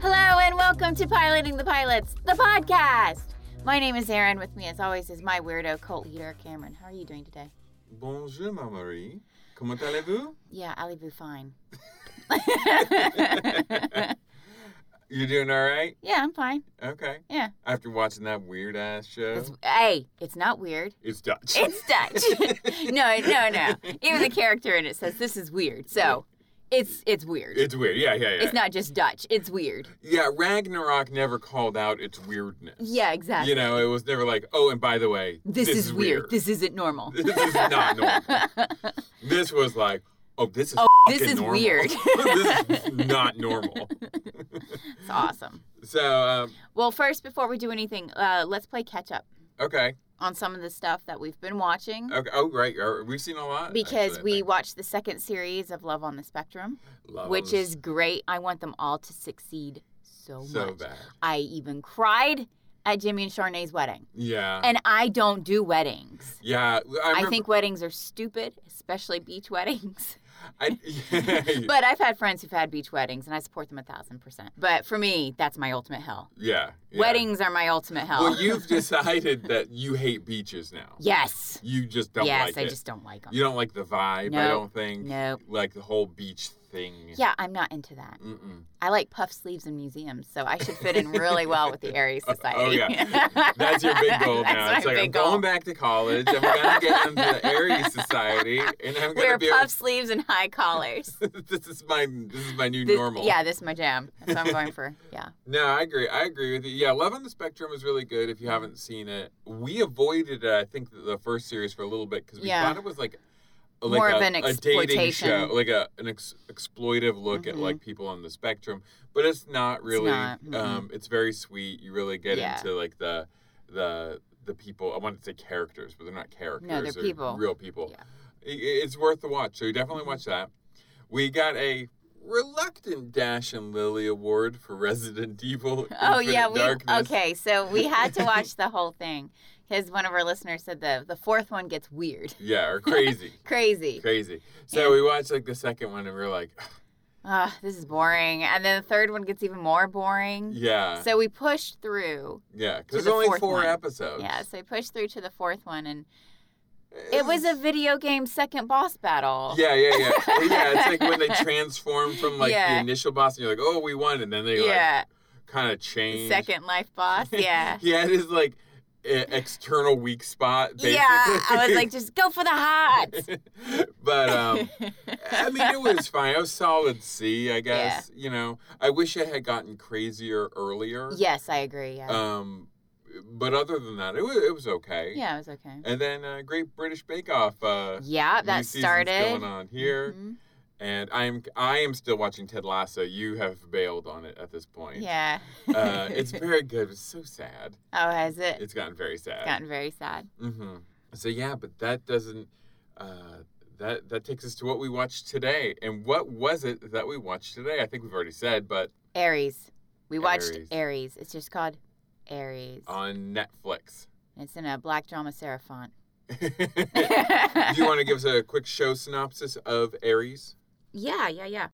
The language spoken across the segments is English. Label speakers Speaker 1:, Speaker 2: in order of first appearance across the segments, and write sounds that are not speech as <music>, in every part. Speaker 1: Hello and welcome to Piloting the Pilots, the podcast. My name is Erin. With me, as always, is my weirdo cult leader, Cameron. How are you doing today?
Speaker 2: Bonjour, ma Marie. Comment allez-vous?
Speaker 1: Yeah, Ali Boo, fine.
Speaker 2: You doing all right?
Speaker 1: <laughs> yeah, I'm fine.
Speaker 2: Okay.
Speaker 1: Yeah.
Speaker 2: After watching that weird ass show,
Speaker 1: It's- hey, it's not weird.
Speaker 2: it's Dutch.
Speaker 1: It's
Speaker 2: <laughs>
Speaker 1: Dutch. no, no, no. Even the character in it says this is weird. So, it's it's weird.
Speaker 2: It's weird. Yeah, yeah, yeah.
Speaker 1: It's not just Dutch. It's weird.
Speaker 2: yeah, Ragnarok never called out its weirdness.
Speaker 1: Yeah, exactly.
Speaker 2: You know, it was never like, oh, and by the way,
Speaker 1: this, is, weird. This isn't normal.
Speaker 2: This, is not
Speaker 1: <laughs>
Speaker 2: normal. this was like, oh, this is.
Speaker 1: Oh, this
Speaker 2: fucking
Speaker 1: is
Speaker 2: normal.
Speaker 1: weird.
Speaker 2: <laughs> this is not normal.
Speaker 1: It's awesome.
Speaker 2: So, um,
Speaker 1: Well, first, before we do anything, uh, let's play catch up
Speaker 2: okay,
Speaker 1: on some of the stuff that we've been watching
Speaker 2: okay. Oh, right. uh, We've seen a lot
Speaker 1: because
Speaker 2: actually, I
Speaker 1: we
Speaker 2: think.
Speaker 1: watched the second series of Love on the Spectrum,
Speaker 2: Love
Speaker 1: which
Speaker 2: is
Speaker 1: is great. I want them all to succeed so,
Speaker 2: so
Speaker 1: much.
Speaker 2: bad.
Speaker 1: I even cried at Jimmy and Charnay's wedding,
Speaker 2: Yeah.
Speaker 1: and I don't do weddings.
Speaker 2: yeah, Uh. I,
Speaker 1: I,
Speaker 2: remember-
Speaker 1: think weddings are stupid, especially beach weddings.
Speaker 2: <laughs>
Speaker 1: <laughs>
Speaker 2: I, <laughs>
Speaker 1: But I've had friends who've had beach weddings, and I support them a thousand percent. But for me, that's my ultimate hell.
Speaker 2: yeah, yeah.
Speaker 1: Weddings are my ultimate hell.
Speaker 2: Well, you've
Speaker 1: <laughs>
Speaker 2: decided that you hate beaches now.
Speaker 1: yes.
Speaker 2: You just don't
Speaker 1: yes,
Speaker 2: like
Speaker 1: I
Speaker 2: it.
Speaker 1: just don't like them.
Speaker 2: You don't like the vibe. I
Speaker 1: No.
Speaker 2: don't think.
Speaker 1: No.
Speaker 2: Like the whole beach thing.
Speaker 1: Yeah, I'm not into that.
Speaker 2: Mm-mm.
Speaker 1: I like puff sleeves in museums, so I should fit in really well
Speaker 2: <laughs>
Speaker 1: with the Aries
Speaker 2: Oh,
Speaker 1: Society. <laughs>
Speaker 2: yeah. That's your big goal
Speaker 1: That's
Speaker 2: now.
Speaker 1: my
Speaker 2: it's like
Speaker 1: big
Speaker 2: I'm
Speaker 1: goal.
Speaker 2: going back to college. I'm gonna get into
Speaker 1: <laughs>
Speaker 2: the Aries Society, and I'm gonna
Speaker 1: Wear
Speaker 2: be.
Speaker 1: puff sleeves and high collars.
Speaker 2: Able, <laughs> this is my this is my new
Speaker 1: This-
Speaker 2: normal.
Speaker 1: Yeah, this is my jam. That's what I'm going for.
Speaker 2: <laughs>
Speaker 1: Yeah.
Speaker 2: No, I agree. I agree with you. Yeah, Love on the Spectrum is really good.
Speaker 1: Mm-hmm.
Speaker 2: If you haven't seen it, we avoided it. I think the- the first series for a little bit because we
Speaker 1: Yeah.
Speaker 2: thought it was like. Like
Speaker 1: More
Speaker 2: a,
Speaker 1: of an
Speaker 2: a dating
Speaker 1: exploitation.
Speaker 2: show, like a an ex- exploitive look at
Speaker 1: Mhm.
Speaker 2: like people on the spectrum, but it's not really.
Speaker 1: not, mhm.
Speaker 2: Um, it's very sweet. You really get
Speaker 1: Yeah.
Speaker 2: into like the the the people. I wanted to say characters, but they're not characters.
Speaker 1: they're people.
Speaker 2: Real people.
Speaker 1: Yeah.
Speaker 2: I- i- it's worth the watch. So you definitely
Speaker 1: Mhm.
Speaker 2: watch that. We got a reluctant Dash and Lily Award for Resident Evil.
Speaker 1: <laughs> Oh yeah,
Speaker 2: Infinite
Speaker 1: we
Speaker 2: Darkness.
Speaker 1: okay. So we had to
Speaker 2: <laughs>
Speaker 1: watch the whole thing because one of our listeners said the the fourth one gets weird, <laughs>
Speaker 2: Yeah, or crazy,
Speaker 1: crazy.
Speaker 2: crazy. So
Speaker 1: Yeah.
Speaker 2: we watched like the second one, and we were like, <laughs>
Speaker 1: Ah, this is boring. And then the third one gets even more boring.
Speaker 2: yeah,
Speaker 1: So we pushed through.
Speaker 2: yeah,
Speaker 1: to
Speaker 2: because
Speaker 1: the
Speaker 2: there's only
Speaker 1: fourth
Speaker 2: four
Speaker 1: one.
Speaker 2: episodes. Eh,
Speaker 1: Yeah, so we pushed through to the fourth one, and it was a video game second boss battle.
Speaker 2: Yeah, yeah, yeah. Well, yeah, it's
Speaker 1: <laughs>
Speaker 2: like when they transform from like
Speaker 1: Yeah.
Speaker 2: the initial boss, and you're like, oh, we won, and then they like
Speaker 1: yeah.
Speaker 2: kind of change.
Speaker 1: Second life
Speaker 2: <laughs>
Speaker 1: boss. Yeah.
Speaker 2: he had his like e- external weak spot. Basically.
Speaker 1: yeah. I was like, just go for the hot.
Speaker 2: <laughs> but
Speaker 1: <laughs>
Speaker 2: um, I mean, it was fine. It was solid C, I guess. You know, I wish it had gotten crazier earlier.
Speaker 1: yes, I agree. Yeah.
Speaker 2: Um, but other than that, it was it was okay.
Speaker 1: yeah, it was okay.
Speaker 2: And then uh, Great British Bake Off. Uh,
Speaker 1: Yeah,
Speaker 2: new
Speaker 1: that
Speaker 2: season's
Speaker 1: started.
Speaker 2: going on here,
Speaker 1: Mhm.
Speaker 2: and I am I am still watching Ted Lasso. You have bailed on it at this point.
Speaker 1: Yeah.
Speaker 2: uh,
Speaker 1: <laughs>
Speaker 2: it's very good. It's so sad.
Speaker 1: oh, has it?
Speaker 2: It's gotten very sad.
Speaker 1: It's gotten very sad.
Speaker 2: Mm-hmm. So yeah, but that doesn't. Uh, that that takes us to what we watched today, and what was it that we watched today? I think we've already said, but
Speaker 1: Aries. We watched
Speaker 2: Aries.
Speaker 1: Aries. It's just called Aries.
Speaker 2: on Netflix. <laughs>
Speaker 1: It's in a black drama serif font.
Speaker 2: Do <laughs> you want to give us a quick show synopsis of Aries?
Speaker 1: Yeah, yeah, yeah.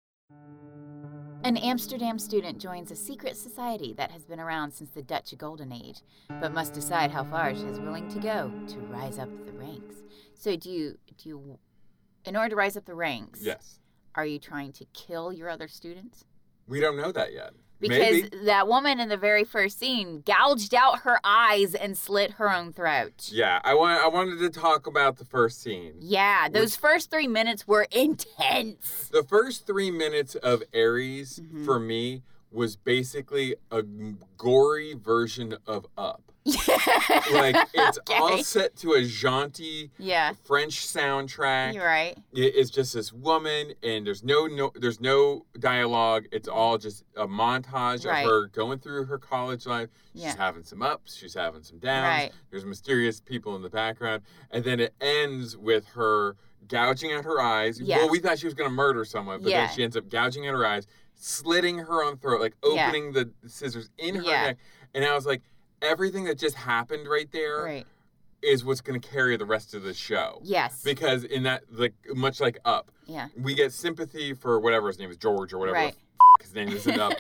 Speaker 1: An Amsterdam student joins a secret society that has been around since the Dutch Golden Age, but must decide how far she is willing to go to rise up the ranks. So, do you, do you, in order to rise up the ranks,
Speaker 2: Yes.
Speaker 1: are you trying to kill your other students?
Speaker 2: We don't know that yet.
Speaker 1: Because
Speaker 2: Maybe.
Speaker 1: that woman in the very first scene gouged out her eyes and slit her own throat.
Speaker 2: Yeah, I want. I wanted to talk about the first scene.
Speaker 1: Yeah, those first three minutes were intense. <laughs>
Speaker 2: The first three minutes of Aries
Speaker 1: Mhm.
Speaker 2: for me was basically a gory version of Up.
Speaker 1: <laughs>
Speaker 2: like it's all
Speaker 1: Okay.
Speaker 2: set to a jaunty
Speaker 1: yeah,
Speaker 2: French soundtrack.
Speaker 1: you're right.
Speaker 2: It- It's just this woman, and there's no no there's no dialogue. It's all just a montage
Speaker 1: Right.
Speaker 2: of her going through her college life. She's
Speaker 1: Yeah.
Speaker 2: having some ups, she's having some downs.
Speaker 1: Right.
Speaker 2: There's mysterious people in the background, and then it ends with her gouging out her eyes.
Speaker 1: Yeah.
Speaker 2: Well, we thought she was gonna murder someone, but
Speaker 1: Yeah.
Speaker 2: then she ends up gouging out her eyes. slitting her own throat, like
Speaker 1: Yeah.
Speaker 2: opening the scissors in her
Speaker 1: Yeah.
Speaker 2: neck. And I was like, everything that just happened right there is
Speaker 1: Right.
Speaker 2: what's going to carry the rest of the show.
Speaker 1: Yes.
Speaker 2: Because in that, like, much like Up,
Speaker 1: yeah.
Speaker 2: we get sympathy for whatever his name is, George or whatever the
Speaker 1: Right.
Speaker 2: f- his name is in
Speaker 1: <laughs>
Speaker 2: Up,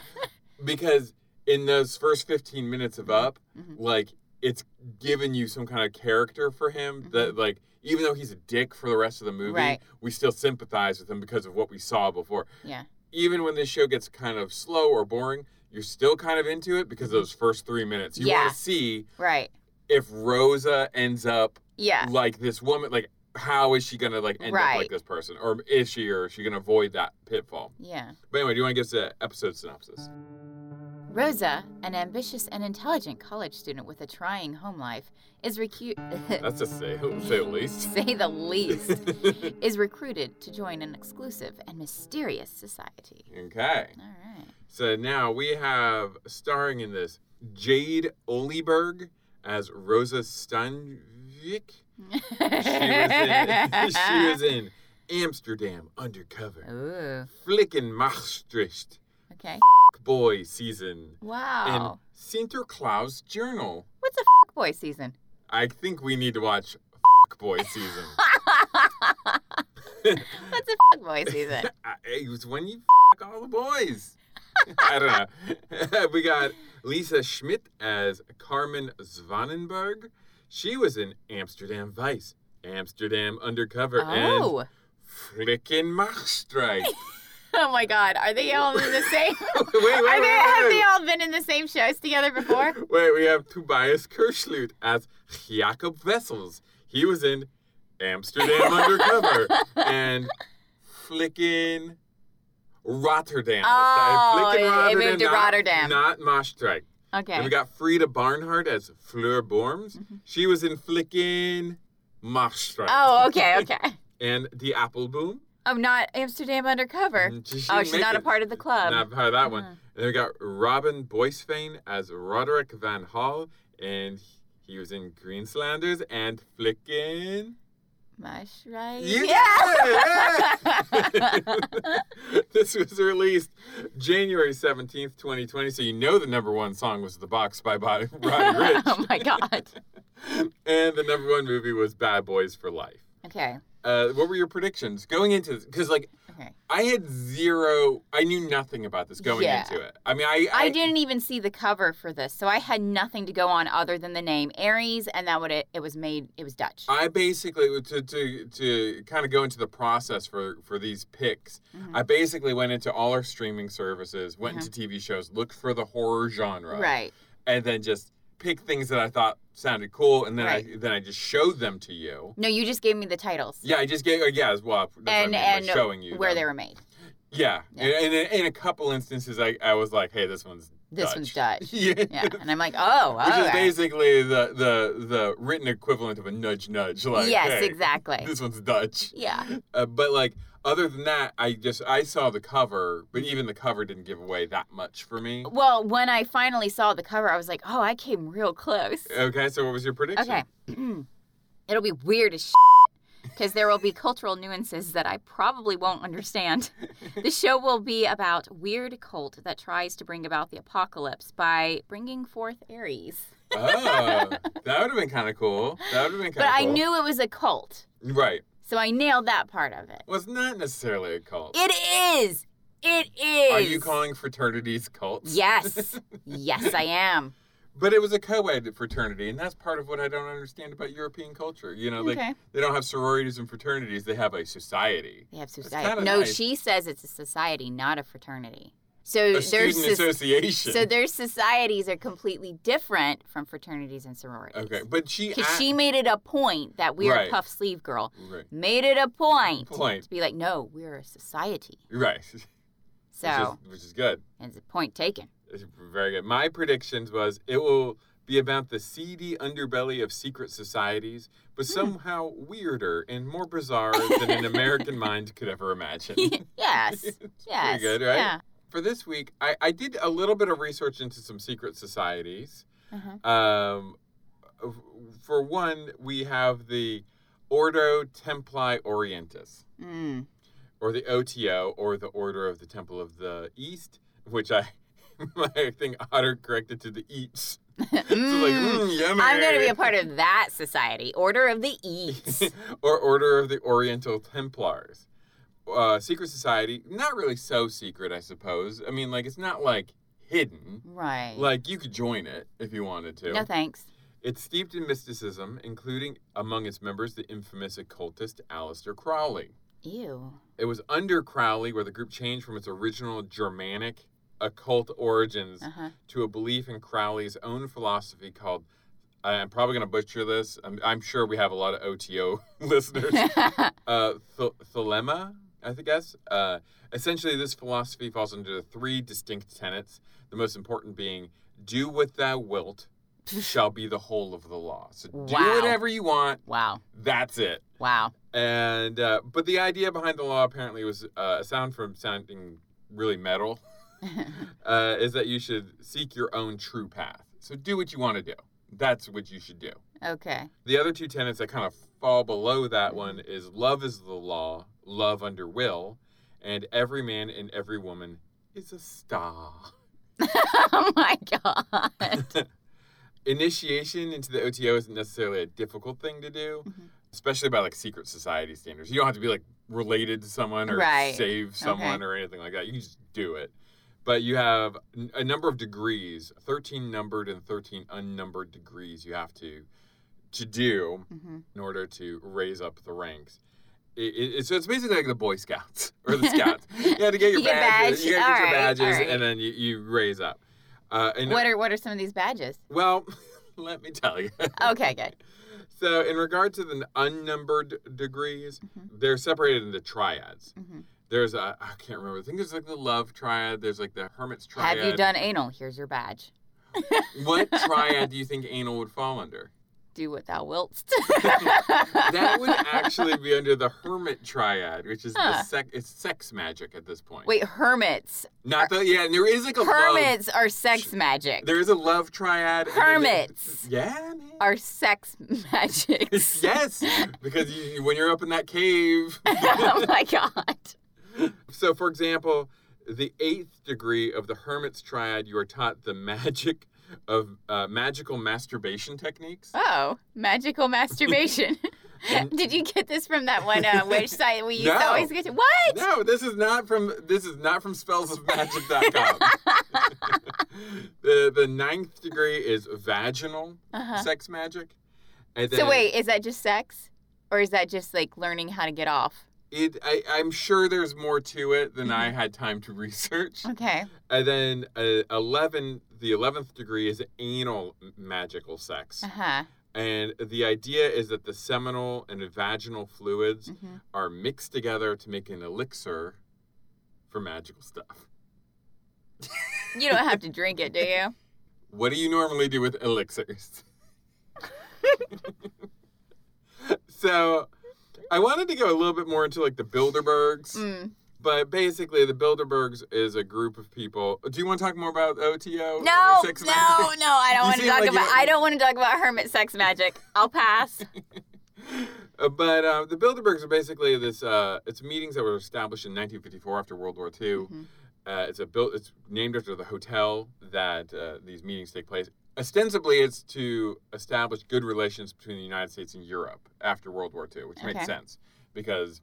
Speaker 2: because in those first 15 minutes of Up,
Speaker 1: Mhm.
Speaker 2: like it's given you some kind of character for him that like even though he's a dick for the rest of the movie
Speaker 1: Mm-hmm. Right.
Speaker 2: we still sympathize with him because of what we saw before
Speaker 1: Yeah.
Speaker 2: even when this show gets kind of slow or boring you're still kind of into it because of those first three minutes you
Speaker 1: Yeah.
Speaker 2: want to see
Speaker 1: Right.
Speaker 2: if rosa ends up
Speaker 1: Yeah.
Speaker 2: like this woman like how is she gonna like end up
Speaker 1: Right.
Speaker 2: like this person or is she or is she gonna avoid that pitfall
Speaker 1: Yeah.
Speaker 2: but anyway do you want to give us an episode synopsis
Speaker 1: Rosa, an ambitious and intelligent college student with a trying home life, is recu- <laughs>
Speaker 2: that's to say say the
Speaker 1: to
Speaker 2: least
Speaker 1: say the
Speaker 2: <laughs>
Speaker 1: least, is recruited to join an exclusive and mysterious society.
Speaker 2: okay
Speaker 1: All right.
Speaker 2: So now we have starring in this Jade Oliberg as Rosa Stanvik. She was in, <laughs> she was in Amsterdam
Speaker 1: Oh.
Speaker 2: Undercover,
Speaker 1: <laughs> Ooh.
Speaker 2: Flicken Maastricht,
Speaker 1: Okay.
Speaker 2: Boy Season, and
Speaker 1: Wow.
Speaker 2: Sinterklaas Journal.
Speaker 1: What's a boy season?
Speaker 2: I think we need to watch Boy Season.
Speaker 1: What's a boy
Speaker 2: <laughs>
Speaker 1: season?
Speaker 2: I- it was when you f- all the boys. <laughs> I don't know. <laughs> we got Lisa Schmidt as Carmen Zwanenberg. She was in Amsterdam Vice, Amsterdam Undercover, and
Speaker 1: Oh.
Speaker 2: Flicken Maastricht. <laughs>
Speaker 1: Oh my God. Are they all in the same?
Speaker 2: wait, wait,
Speaker 1: Are they, have they
Speaker 2: wait,
Speaker 1: all been in the same shows together before?
Speaker 2: <laughs> wait. Wait, we have Tobias Kerschlut as Jakob Vessels. He was in
Speaker 1: <laughs>
Speaker 2: Amsterdam Undercover and Flicken Rotterdam. this time.
Speaker 1: Oh,
Speaker 2: Flicken
Speaker 1: they- they moved to
Speaker 2: not-
Speaker 1: Rotterdam.
Speaker 2: Not Maastricht.
Speaker 1: Okay. Mm-hmm.
Speaker 2: And we got Frida Barnhart as Fleur Borms. She was in Flickin' Maastricht.
Speaker 1: oh,
Speaker 2: <laughs>
Speaker 1: okay, okay.
Speaker 2: And The Apple Boom.
Speaker 1: I'm not Amsterdam undercover.
Speaker 2: Mm, she- she
Speaker 1: oh, she's
Speaker 2: make
Speaker 1: not a
Speaker 2: it.
Speaker 1: part of the club.
Speaker 2: Not part of that one.
Speaker 1: Uh-huh.
Speaker 2: And then we got Robin Boisfane as Roderick Van Hall. And he was in Greenslanders and Flickin'.
Speaker 1: Mush, right?
Speaker 2: You
Speaker 1: yeah.
Speaker 2: did
Speaker 1: <laughs>
Speaker 2: it! <laughs> this was released January 17th, 2020. So you know the number one song was The Box by
Speaker 1: <laughs>
Speaker 2: Bo- Roddy Rich.
Speaker 1: oh my God. Um.
Speaker 2: and the number one movie was Bad Boys for Life.
Speaker 1: Okay.
Speaker 2: Uh, what were your predictions going into this? Because like
Speaker 1: Okay.
Speaker 2: I had zero, I knew nothing about this going
Speaker 1: Yeah.
Speaker 2: into it. I mean, I
Speaker 1: I didn't even see the cover for this, so I had nothing to go on other than the name Aries, and that would it. It was made. It was Dutch.
Speaker 2: I basically to to to kind of go into the process for for these picks.
Speaker 1: Mm-hmm.
Speaker 2: I basically went into all our streaming services, went into TV shows, looked for the horror genre,
Speaker 1: Uh-huh. Right.
Speaker 2: and then just picked things that I thought sounded cool, and then I
Speaker 1: Right.
Speaker 2: then I just showed them to you.
Speaker 1: No, you just gave me the titles.
Speaker 2: Yeah, I just gave uh, yeah, well, that's what I
Speaker 1: and
Speaker 2: mean,
Speaker 1: and
Speaker 2: by showing you
Speaker 1: where
Speaker 2: them.
Speaker 1: they were made.
Speaker 2: Yeah,
Speaker 1: Yeah.
Speaker 2: And, and in a couple instances, I, I was like, "Hey, this one's
Speaker 1: This
Speaker 2: Dutch.
Speaker 1: one's Dutch.
Speaker 2: <laughs> yeah.
Speaker 1: Yeah, and I'm like, oh,
Speaker 2: Which is
Speaker 1: okay.
Speaker 2: basically the, the the written equivalent of a nudge nudge. Like,
Speaker 1: yes,
Speaker 2: "Hey,
Speaker 1: exactly.
Speaker 2: This one's Dutch.
Speaker 1: Yeah.
Speaker 2: Uh, but like, other than that, I just I saw the cover, but even the cover didn't give away that much for me.
Speaker 1: Well, when I finally saw the cover, I was like, oh, I came real close.
Speaker 2: Okay, so what was your prediction?
Speaker 1: Okay. <clears throat> It'll be weird as because there will be cultural nuances that I probably won't
Speaker 2: <laughs>
Speaker 1: understand. the show will be about weird cult that tries to bring about the apocalypse by bringing forth Aries.
Speaker 2: Oh, that would have been kind of cool. That would have been kind of
Speaker 1: But I
Speaker 2: cool.
Speaker 1: knew it was a cult,
Speaker 2: Right.
Speaker 1: so I nailed that part of it.
Speaker 2: Was not necessarily a cult.
Speaker 1: It is. It is.
Speaker 2: Are you calling fraternities cults? <laughs>
Speaker 1: Yes. yes, I am.
Speaker 2: But it was a co-ed fraternity, and that's part of what I don't understand about European culture. You know, like
Speaker 1: Okay.
Speaker 2: they don't have sororities and fraternities; they have a society,
Speaker 1: They have
Speaker 2: kinda
Speaker 1: society. No,
Speaker 2: nice.
Speaker 1: she says it's a society, not a fraternity. So
Speaker 2: a
Speaker 1: there's
Speaker 2: student
Speaker 1: soc-
Speaker 2: association.
Speaker 1: So their societies are completely different from fraternities and sororities.
Speaker 2: okay, but she,
Speaker 1: Because
Speaker 2: act-
Speaker 1: she made it a point that we're
Speaker 2: Right.
Speaker 1: a puff sleeve girl.
Speaker 2: right,
Speaker 1: Made it a point,
Speaker 2: Point.
Speaker 1: to be like, no, we're a society.
Speaker 2: right, <laughs> which is-
Speaker 1: So
Speaker 2: which is, good.
Speaker 1: it's a point
Speaker 2: <laughs>
Speaker 1: taken.
Speaker 2: It's very good. My predictions was it will be about the seedy underbelly of secret societies, but
Speaker 1: Hmm.
Speaker 2: somehow weirder and more bizarre than
Speaker 1: <laughs>
Speaker 2: an American mind could ever imagine.
Speaker 1: Yes. yes.
Speaker 2: good, right?
Speaker 1: Yeah.
Speaker 2: For this week, I, I did a little bit of research into some secret societies.
Speaker 1: Uh-huh.
Speaker 2: Um, for <laughs> one, we have the Ordo Templi Orientis,
Speaker 1: Mm.
Speaker 2: or the OTO, or the Order of the Temple of the East, which I, <laughs> my thing auto corrected to the Eats. so like,
Speaker 1: Mm.
Speaker 2: mm, yummy.
Speaker 1: I'm going to be a part of that society. Order of
Speaker 2: <laughs>
Speaker 1: the Eats.
Speaker 2: or Order of the Oriental Templars. Uh, secret society, not really so secret, I suppose. I mean, like, it's not like hidden.
Speaker 1: right.
Speaker 2: Like, you could join it if you wanted to.
Speaker 1: no thanks.
Speaker 2: It's steeped in mysticism, including among its members the infamous occultist Aleister Crowley.
Speaker 1: Ew.
Speaker 2: It was under Crowley where the group changed from its original Germanic occult origins
Speaker 1: Uh huh.
Speaker 2: to a belief in Crowley's own philosophy called. I'm probably going to butcher this. I'm, I'm sure we have a lot of OTO <laughs>
Speaker 1: <laughs>
Speaker 2: listeners. Uh, th- thelema, I th- guess. Uh, essentially, this philosophy falls under three distinct tenets. The most important being, "Do what
Speaker 1: <laughs>
Speaker 2: thou wilt, shall be the whole of the law." So do
Speaker 1: Wow.
Speaker 2: whatever you want.
Speaker 1: wow.
Speaker 2: That's it.
Speaker 1: Wow. <laughs>
Speaker 2: And uh, but the idea behind the law apparently was uh, a sound from sounding really metal. uh, is that you should seek your own true path. So do what you want to do. That's what you should do.
Speaker 1: Okay. <laughs>
Speaker 2: The other two tenets that kind of fall below that one is love is the law, love under will, and every man and every woman is a star.
Speaker 1: oh my God.
Speaker 2: Initiation into the OTO isn't necessarily a difficult thing to do,
Speaker 1: Mhm.
Speaker 2: especially by like secret society standards. You don't have to be like related to someone or
Speaker 1: Right.
Speaker 2: save someone or anything like that. You can just do it. But you have n- a number of degrees, 13 numbered and 13 unnumbered degrees you have to to do
Speaker 1: hmm
Speaker 2: in order to raise up the ranks. It, it, it- so it's basically like the Boy Scouts <laughs> or the
Speaker 1: <laughs>
Speaker 2: Scouts. you had to get your
Speaker 1: You get
Speaker 2: badges.
Speaker 1: badge.
Speaker 2: You got to get your
Speaker 1: All right,
Speaker 2: badges,
Speaker 1: all right.
Speaker 2: and then you, you raise up. Uh, and
Speaker 1: What are what are some of these badges?
Speaker 2: well, <laughs> let me tell you.
Speaker 1: Okay,
Speaker 2: <laughs>
Speaker 1: good.
Speaker 2: So in regard to the unnumbered degrees,
Speaker 1: Mhm.
Speaker 2: they're separated into triads.
Speaker 1: hmm
Speaker 2: There's a I can't remember. I think there's like the love triad. There's like the hermit's triad.
Speaker 1: Have you done anal? Here's your badge. <laughs>
Speaker 2: What triad do you think anal would fall under?
Speaker 1: Do what thou wilt. <laughs>
Speaker 2: That would actually be under the hermit triad, which is the
Speaker 1: Huh.
Speaker 2: sec- it's sex magic at this point.
Speaker 1: Wait, hermits.
Speaker 2: Not the yeah, and there is like a love,
Speaker 1: Hermits are sex magic.
Speaker 2: there is a love triad. and then there-
Speaker 1: Hermits
Speaker 2: yeah, man.
Speaker 1: are sex <laughs> magics.
Speaker 2: yes, because you, you- when you're up in that cave.
Speaker 1: <laughs> oh my god.
Speaker 2: so, for example, the eighth degree of the hermit's triad, you are taught the magic of uh, magical masturbation techniques.
Speaker 1: Oh, magical masturbation.
Speaker 2: <laughs> And-
Speaker 1: Did you get this from that one
Speaker 2: <laughs>
Speaker 1: uh, witch site we used
Speaker 2: No.
Speaker 1: to always get to? What?
Speaker 2: No, this is not from this is not from
Speaker 1: <laughs>
Speaker 2: spellsofmagic.com. the the ninth degree is vaginal
Speaker 1: Uh-huh.
Speaker 2: sex magic. And
Speaker 1: So
Speaker 2: then
Speaker 1: wait, is that just sex, or is that just like learning how to get off?
Speaker 2: it, I, I'm sure there's more to it than
Speaker 1: Mm-hmm.
Speaker 2: I had time to research.
Speaker 1: Okay.
Speaker 2: And then uh, 11, the 11th degree is anal m- magical sex.
Speaker 1: Uh huh.
Speaker 2: And the idea is that the seminal and vaginal fluids
Speaker 1: hmm
Speaker 2: are mixed together to make an elixir for magical stuff.
Speaker 1: You don't have to drink it, do you?
Speaker 2: What do you normally do with
Speaker 1: <laughs>
Speaker 2: elixirs? so I wanted to go a little bit more into like the Bilderbergs. <laughs>
Speaker 1: Mm.
Speaker 2: But basically, the Bilderbergs is a group of people. Do you want to talk more about OTO? and
Speaker 1: No,
Speaker 2: sex
Speaker 1: no, no.
Speaker 2: magic?
Speaker 1: I
Speaker 2: You
Speaker 1: don't want to
Speaker 2: seem
Speaker 1: talk
Speaker 2: like you
Speaker 1: about.
Speaker 2: don't-
Speaker 1: I don't want to talk about hermit sex magic. I'll pass.
Speaker 2: <laughs> Uh, <laughs> But uh, the Bilderbergs are basically this. Uh, it's meetings that were established in 1954 after World War II.
Speaker 1: Mhm.
Speaker 2: Uh, it's a built. It's named after the hotel that uh, these meetings take place. Ostensibly, it's to establish good relations between the United States and Europe after World War II, which
Speaker 1: Okay.
Speaker 2: makes sense because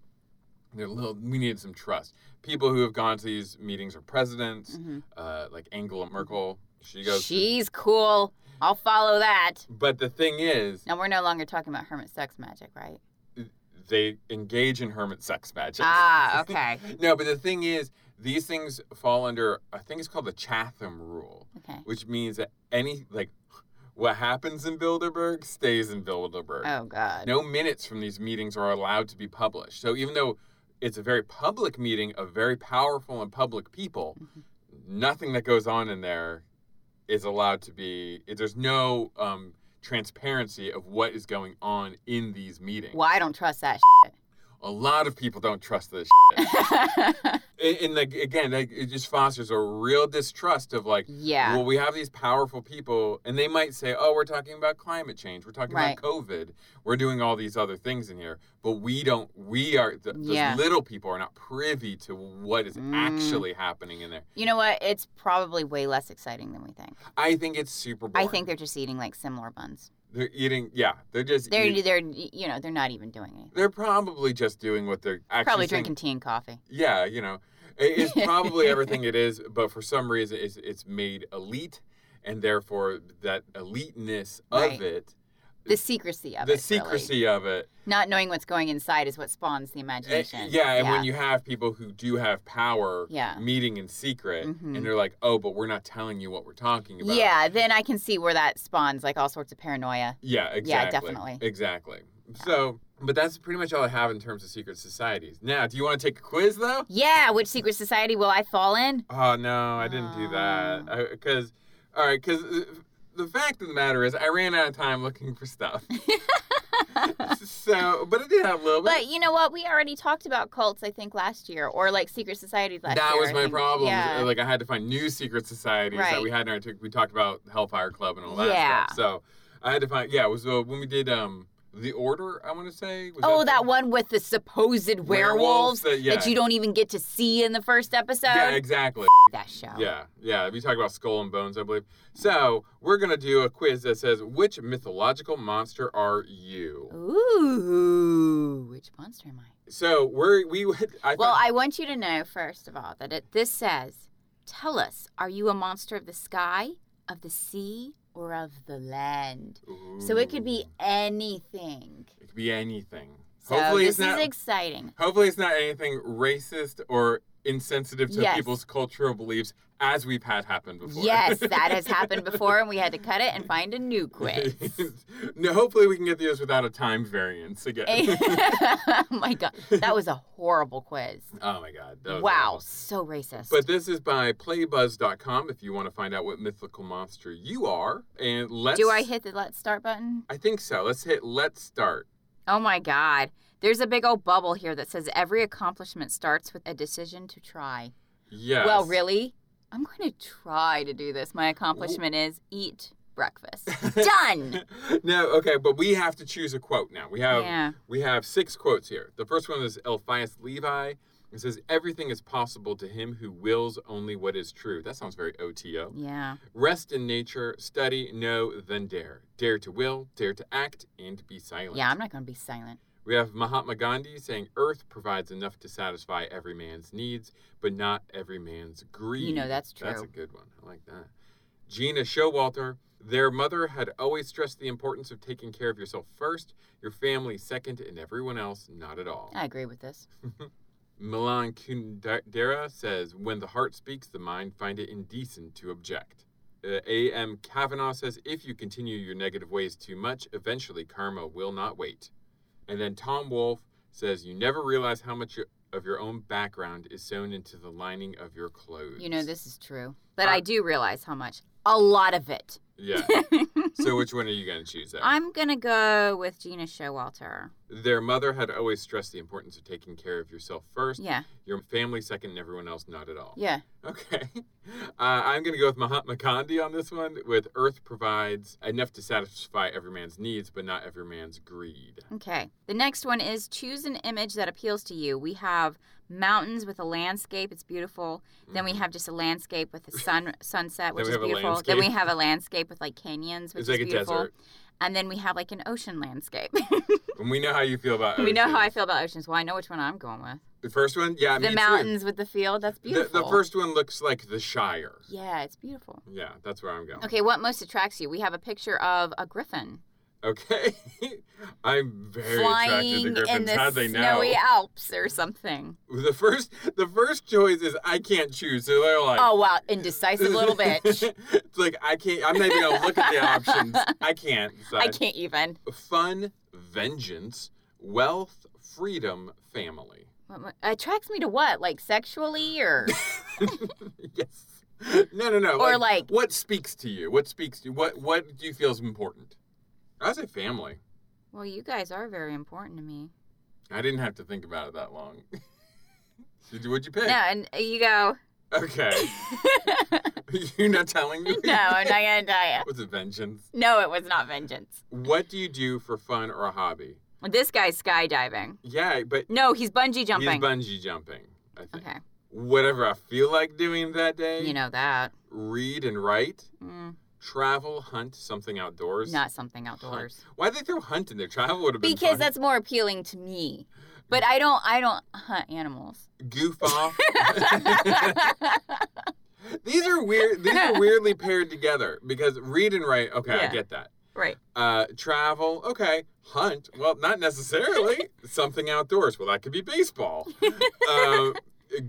Speaker 2: they're little, we needed some trust. People who have gone to these meetings are presidents,
Speaker 1: Mhm.
Speaker 2: uh, like Angela Merkel. She goes. to-
Speaker 1: She's cool. I'll follow that.
Speaker 2: but the thing is,
Speaker 1: Now we're no longer talking about hermit sex magic,
Speaker 2: <laughs>
Speaker 1: right?
Speaker 2: they engage in hermit sex magic. <laughs>
Speaker 1: Ah, okay.
Speaker 2: No, but the thing is, these things fall under I think it's called the Chatham Rule,
Speaker 1: Okay.
Speaker 2: which means that any like what happens in Bilderberg stays in Bilderberg.
Speaker 1: Oh God.
Speaker 2: No minutes from these meetings are allowed to be published. So even though it's a very public meeting of very powerful and public people,
Speaker 1: Mhm.
Speaker 2: nothing that goes on in there is allowed to be. There's no um, transparency of what is going on in these meetings.
Speaker 1: Well, I don't trust that.
Speaker 2: a lot of people don't trust this shit. And, and like again, like, it just fosters a real distrust of like,
Speaker 1: <laughs> yeah.
Speaker 2: well, we have these powerful people, and they might say, "Oh, we're talking about climate change. We're talking
Speaker 1: Right.
Speaker 2: about COVID. We're doing all these other things in here." But we don't. We are the,
Speaker 1: Yeah.
Speaker 2: those little people are not privy to what is
Speaker 1: Mm.
Speaker 2: actually happening in there.
Speaker 1: you know what? It's probably way less exciting than we think.
Speaker 2: I think it's super boring.
Speaker 1: I think they're just eating like similar buns.
Speaker 2: they're eating. Yeah, they're just.
Speaker 1: They're
Speaker 2: eat-
Speaker 1: they're you know they're not even doing anything.
Speaker 2: they're probably just doing what they're actually
Speaker 1: Probably
Speaker 2: saying-
Speaker 1: drinking tea and coffee.
Speaker 2: Yeah, you know, it- it's
Speaker 1: <laughs>
Speaker 2: probably everything it is, but for some reason, it's it's made elite, and therefore that eliteness
Speaker 1: Right.
Speaker 2: of it,
Speaker 1: The secrecy of
Speaker 2: the
Speaker 1: it. really.
Speaker 2: secrecy of it,
Speaker 1: Not knowing what's going inside is what spawns the
Speaker 2: eh,
Speaker 1: imagination.
Speaker 2: yeah, and when you have people who do have power,
Speaker 1: Yeah.
Speaker 2: meeting in secret,
Speaker 1: Mhm.
Speaker 2: and they're like, oh, but we're not telling you what we're talking about.
Speaker 1: yeah, then I can see where that spawns like all sorts of paranoia.
Speaker 2: Yeah, exactly.
Speaker 1: definitely.
Speaker 2: Exactly. So, but that's pretty much all I have in terms of secret societies. Now, do you want to take a quiz though?
Speaker 1: Yeah, which secret society will I fall in?
Speaker 2: Oh no, I didn't do that.
Speaker 1: Ah.
Speaker 2: Because, all right, because the fact of the matter is, I ran out of time looking for
Speaker 1: <laughs>
Speaker 2: stuff. <laughs> so, but I did have a little bit.
Speaker 1: But you know what? We already talked about cults, I think, last year, or like secret societies last
Speaker 2: that
Speaker 1: year.
Speaker 2: was
Speaker 1: I
Speaker 2: my
Speaker 1: think.
Speaker 2: problem. is,
Speaker 1: Yeah.
Speaker 2: uh, Like I had to find new secret societies
Speaker 1: Right.
Speaker 2: that we had in our. We talked about Hellfire Club and all that
Speaker 1: Yeah.
Speaker 2: stuff. So I had to find. Yeah, it was uh, when we did um the Order. I want to say. Was
Speaker 1: oh, that one with the supposed werewolves,
Speaker 2: Werewolves that- yeah.
Speaker 1: that you don't even get to see in the first episode.
Speaker 2: Yeah, exactly.
Speaker 1: that show.
Speaker 2: Yeah, yeah. We talk about Skull and Bones, I believe. So we're gonna do a quiz that says, "Which mythological monster are you?"
Speaker 1: Ooh, which monster am I?
Speaker 2: So we're we would I
Speaker 1: Well,
Speaker 2: thought,
Speaker 1: I want you to know first of all that it, this says, "Tell us, are you a monster of the sky, of the sea, or of the land?" So it could be
Speaker 2: Ooh.
Speaker 1: anything.
Speaker 2: it could be anything.
Speaker 1: So
Speaker 2: hopefully
Speaker 1: this
Speaker 2: it's not
Speaker 1: is exciting.
Speaker 2: hopefully it's not anything racist or insensitive to
Speaker 1: Yes.
Speaker 2: people's cultural beliefs as we've had happen before. <laughs>
Speaker 1: Yes, that has happened before, and we had to cut it and find a new
Speaker 2: <laughs>
Speaker 1: quiz. <laughs>
Speaker 2: no, hopefully we can get through this without a time variance again.
Speaker 1: oh my god, that was a horrible quiz.
Speaker 2: <laughs> oh my god. that was
Speaker 1: Wow,
Speaker 2: awful.
Speaker 1: so racist.
Speaker 2: But this is by playbuzz.com if you want to find out what mythical monster you are and let's
Speaker 1: Do I hit the let's start button?
Speaker 2: I think so. Let's hit let's start.
Speaker 1: Oh my god. There's a big old bubble here that says every accomplishment starts with a decision to try.
Speaker 2: Yes.
Speaker 1: Well, really? I'm going to try to do this. My accomplishment is eat breakfast.
Speaker 2: <laughs>
Speaker 1: Done.
Speaker 2: <laughs> no, okay, but we have to choose a quote now. We have
Speaker 1: yeah.
Speaker 2: we have six quotes here. The first one is Elphias Levi. It says, "Everything is possible to him who wills only what is true." That sounds very OTO.
Speaker 1: Yeah.
Speaker 2: Rest in nature, study, know, then dare. Dare to will, dare to act, and be silent.
Speaker 1: Yeah, I'm not going to be silent.
Speaker 2: We have Mahatma Gandhi saying, "Earth provides enough to satisfy every man's needs, but not every man's greed."
Speaker 1: You know, that's
Speaker 2: That's
Speaker 1: true.
Speaker 2: a good one. I like that. Gina Showalter, their mother had always stressed the importance of taking care of yourself first, your family second, and everyone else not at all.
Speaker 1: I agree with this.
Speaker 2: Milan Kundera says, "When the heart speaks, the mind find it indecent to object." Uh, A.M. Kavanaugh says, "If you continue your negative ways too much, eventually karma will not wait." And then Tom Wolfe says, "You never realize how much of your own background is sewn into the lining of your clothes."
Speaker 1: You know, this is true. But
Speaker 2: Uh,
Speaker 1: I do realize how much. A lot of
Speaker 2: <laughs>
Speaker 1: it. <laughs>
Speaker 2: Yeah. so which one are you gonna choose? There?
Speaker 1: I'm going to go with Gina Showalter.
Speaker 2: Their mother had always stressed the importance of taking care of yourself first,
Speaker 1: Yeah.
Speaker 2: your family second, and everyone else not at all.
Speaker 1: Yeah.
Speaker 2: Okay. Uh, I'm going to go with Mahatma Gandhi on this one with Earth provides enough to satisfy every man's needs, but not every man's greed.
Speaker 1: Okay. The next one is choose an image that appeals to you. We have mountains with a landscape. It's beautiful. Then we
Speaker 2: Mhm.
Speaker 1: have just a landscape with a
Speaker 2: <laughs>
Speaker 1: sun sunset, which
Speaker 2: we
Speaker 1: is
Speaker 2: have a
Speaker 1: beautiful. Then we
Speaker 2: landscape.
Speaker 1: have a landscape with like canyons, which
Speaker 2: It's like
Speaker 1: is
Speaker 2: a
Speaker 1: beautiful.
Speaker 2: desert.
Speaker 1: And then we have like an ocean landscape. <laughs>
Speaker 2: And we know how you feel about
Speaker 1: we know how I
Speaker 2: oceans.
Speaker 1: feel about oceans. Well, I know which one I'm going with.
Speaker 2: The first one? Yeah, me
Speaker 1: the
Speaker 2: too.
Speaker 1: mountains with the field. That's
Speaker 2: The,
Speaker 1: beautiful.
Speaker 2: the first one looks like the Shire.
Speaker 1: Yeah, it's beautiful.
Speaker 2: Yeah, that's where I'm going.
Speaker 1: Okay, what most attracts you? We have a picture of a griffin
Speaker 2: Okay. <laughs> I'm very
Speaker 1: flying
Speaker 2: attracted to griffins.
Speaker 1: in the
Speaker 2: How'd they know?
Speaker 1: snowy Alps or something.
Speaker 2: The first, the first choice is I can't choose. So they're like,
Speaker 1: Oh <laughs> wow, indecisive little bitch.
Speaker 2: <laughs> it's like I can't. I'm not even gonna look at the
Speaker 1: <laughs>
Speaker 2: options. I can't.
Speaker 1: I
Speaker 2: decide.
Speaker 1: can't even.
Speaker 2: fun, vengeance, wealth, freedom, family. <laughs>
Speaker 1: What, what- attracts me to what? Like sexually or <laughs>
Speaker 2: yes. No, no, no.
Speaker 1: Or, like-
Speaker 2: what speaks to you? What speaks to you? What what do you feel is important? I say family.
Speaker 1: Well, you guys are very important to me.
Speaker 2: I didn't have to think about it that long. <laughs> Did- What'd you pick?
Speaker 1: No, and uh, you go. <laughs>
Speaker 2: <laughs> Okay. <laughs>
Speaker 1: no,
Speaker 2: You're not telling me?
Speaker 1: I'm not gonna tell you.
Speaker 2: <laughs> Was it vengeance?
Speaker 1: No, it was not vengeance.
Speaker 2: What do you do for fun or a hobby?
Speaker 1: This guy's skydiving.
Speaker 2: Yeah, but
Speaker 1: No, he's bungee jumping.
Speaker 2: he's bungee jumping, I think.
Speaker 1: okay,
Speaker 2: Whatever I feel like doing that day.
Speaker 1: you know that.
Speaker 2: Read and write.
Speaker 1: Mm,
Speaker 2: Travel, hunt, something outdoors.
Speaker 1: not something outdoors.
Speaker 2: Why'd they throw hunt in there? Travel would have been
Speaker 1: Because
Speaker 2: fun.
Speaker 1: that's more appealing to me. But I don't. I don't hunt
Speaker 2: <laughs>
Speaker 1: animals. <laughs>
Speaker 2: goof off. these are weird
Speaker 1: <laughs>
Speaker 2: these are weirdly paired together because read and write, okay, I
Speaker 1: Yeah.
Speaker 2: get that.
Speaker 1: right.
Speaker 2: Uh, travel, okay. Hunt, well,
Speaker 1: <laughs>
Speaker 2: not necessarily. Something outdoors, well, that could be baseball. um,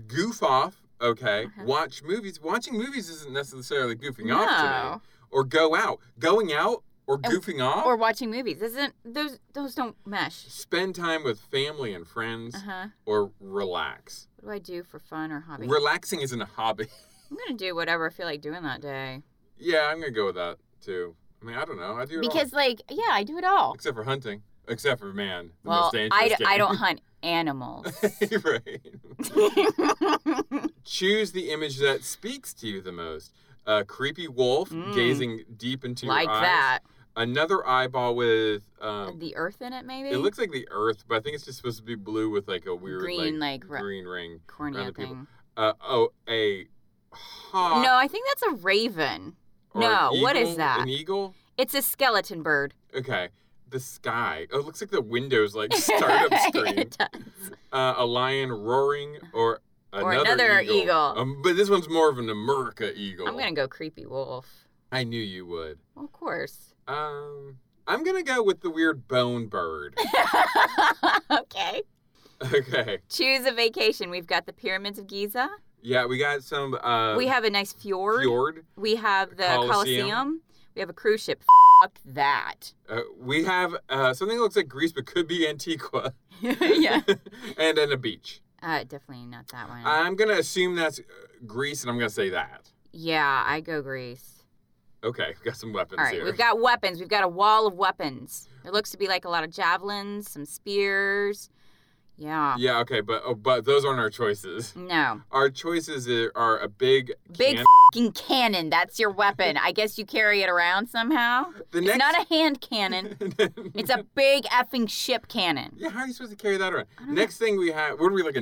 Speaker 2: goof off, okay.
Speaker 1: Uh-huh.
Speaker 2: Watch movies. Watching movies isn't necessarily goofing off to
Speaker 1: No.
Speaker 2: me. Or go out. Going out or
Speaker 1: And-
Speaker 2: goofing off.
Speaker 1: Or watching movies. Isn't those those don't mesh?
Speaker 2: Spend time with family and friends
Speaker 1: Uh huh.
Speaker 2: or relax.
Speaker 1: What do I do for fun or hobby?
Speaker 2: Relaxing isn't a hobby. <laughs>
Speaker 1: I'm gonna do whatever I feel like doing that day.
Speaker 2: Yeah, I'm gonna go with that too. I mean, I don't know. I do it all.
Speaker 1: Because like, yeah, I do it all.
Speaker 2: except for hunting, except for man, the
Speaker 1: Well,
Speaker 2: most dangerous
Speaker 1: I, d-
Speaker 2: game.
Speaker 1: I
Speaker 2: <laughs>
Speaker 1: don't hunt animals.
Speaker 2: right. Choose the image that speaks to you the most. A creepy wolf
Speaker 1: Mm.
Speaker 2: gazing deep
Speaker 1: <laughs>
Speaker 2: into
Speaker 1: like
Speaker 2: your eyes.
Speaker 1: that.
Speaker 2: Another eyeball with um,
Speaker 1: the earth in it, maybe.
Speaker 2: it looks like the earth, but I think it's just supposed to be blue with like a weird
Speaker 1: Green,
Speaker 2: like,
Speaker 1: like, ra-
Speaker 2: green ring.
Speaker 1: cornea
Speaker 2: rather people-
Speaker 1: thing.
Speaker 2: Uh, oh, a hawk.
Speaker 1: no, I think that's a raven.
Speaker 2: or
Speaker 1: no,
Speaker 2: an
Speaker 1: what is
Speaker 2: eagle?
Speaker 1: that?
Speaker 2: An eagle.
Speaker 1: It's a skeleton
Speaker 2: <laughs>
Speaker 1: bird.
Speaker 2: Okay. The sky. Oh, it looks like the Windows like startup
Speaker 1: <laughs>
Speaker 2: screen.
Speaker 1: It does.
Speaker 2: uh, a lion roaring or another,
Speaker 1: Or another
Speaker 2: eagle.
Speaker 1: eagle.
Speaker 2: Um, but this one's more of an America eagle.
Speaker 1: I'm gonna go creepy wolf.
Speaker 2: I knew you would.
Speaker 1: Well, of
Speaker 2: <laughs>
Speaker 1: course. <laughs>
Speaker 2: Um, I'm gonna go with the weird
Speaker 1: <laughs>
Speaker 2: bone bird. <laughs>
Speaker 1: okay.
Speaker 2: okay.
Speaker 1: Choose a vacation. We've got the pyramids of Giza.
Speaker 2: Yeah, we got some. Uh,
Speaker 1: we have a nice fjord.
Speaker 2: fjord.
Speaker 1: We have the
Speaker 2: Colosseum.
Speaker 1: Colosseum. We have a cruise ship. Fuck that. <laughs>
Speaker 2: Uh, we have uh, something that looks like Greece but could be Antigua. <laughs>
Speaker 1: yeah.
Speaker 2: and then a beach.
Speaker 1: Uh, definitely not that one.
Speaker 2: I'm gonna assume that's uh, Greece, and I'm gonna say that.
Speaker 1: yeah, I go Greece.
Speaker 2: Okay, we got some weapons
Speaker 1: All right,
Speaker 2: here.
Speaker 1: we've got weapons. We've got a wall of weapons. There looks to be like a lot of javelins, some spears. Yeah.
Speaker 2: yeah, okay, but oh, but those aren't our choices.
Speaker 1: No.
Speaker 2: Our choices are- are a big
Speaker 1: Big
Speaker 2: can-
Speaker 1: fing cannon. That's your weapon. I guess you carry it around somehow.
Speaker 2: The
Speaker 1: It's not a hand
Speaker 2: <laughs>
Speaker 1: cannon. It's a big effing ship cannon.
Speaker 2: yeah. How are you supposed to carry that around?
Speaker 1: I don't know.
Speaker 2: Next thing we have, what are we like a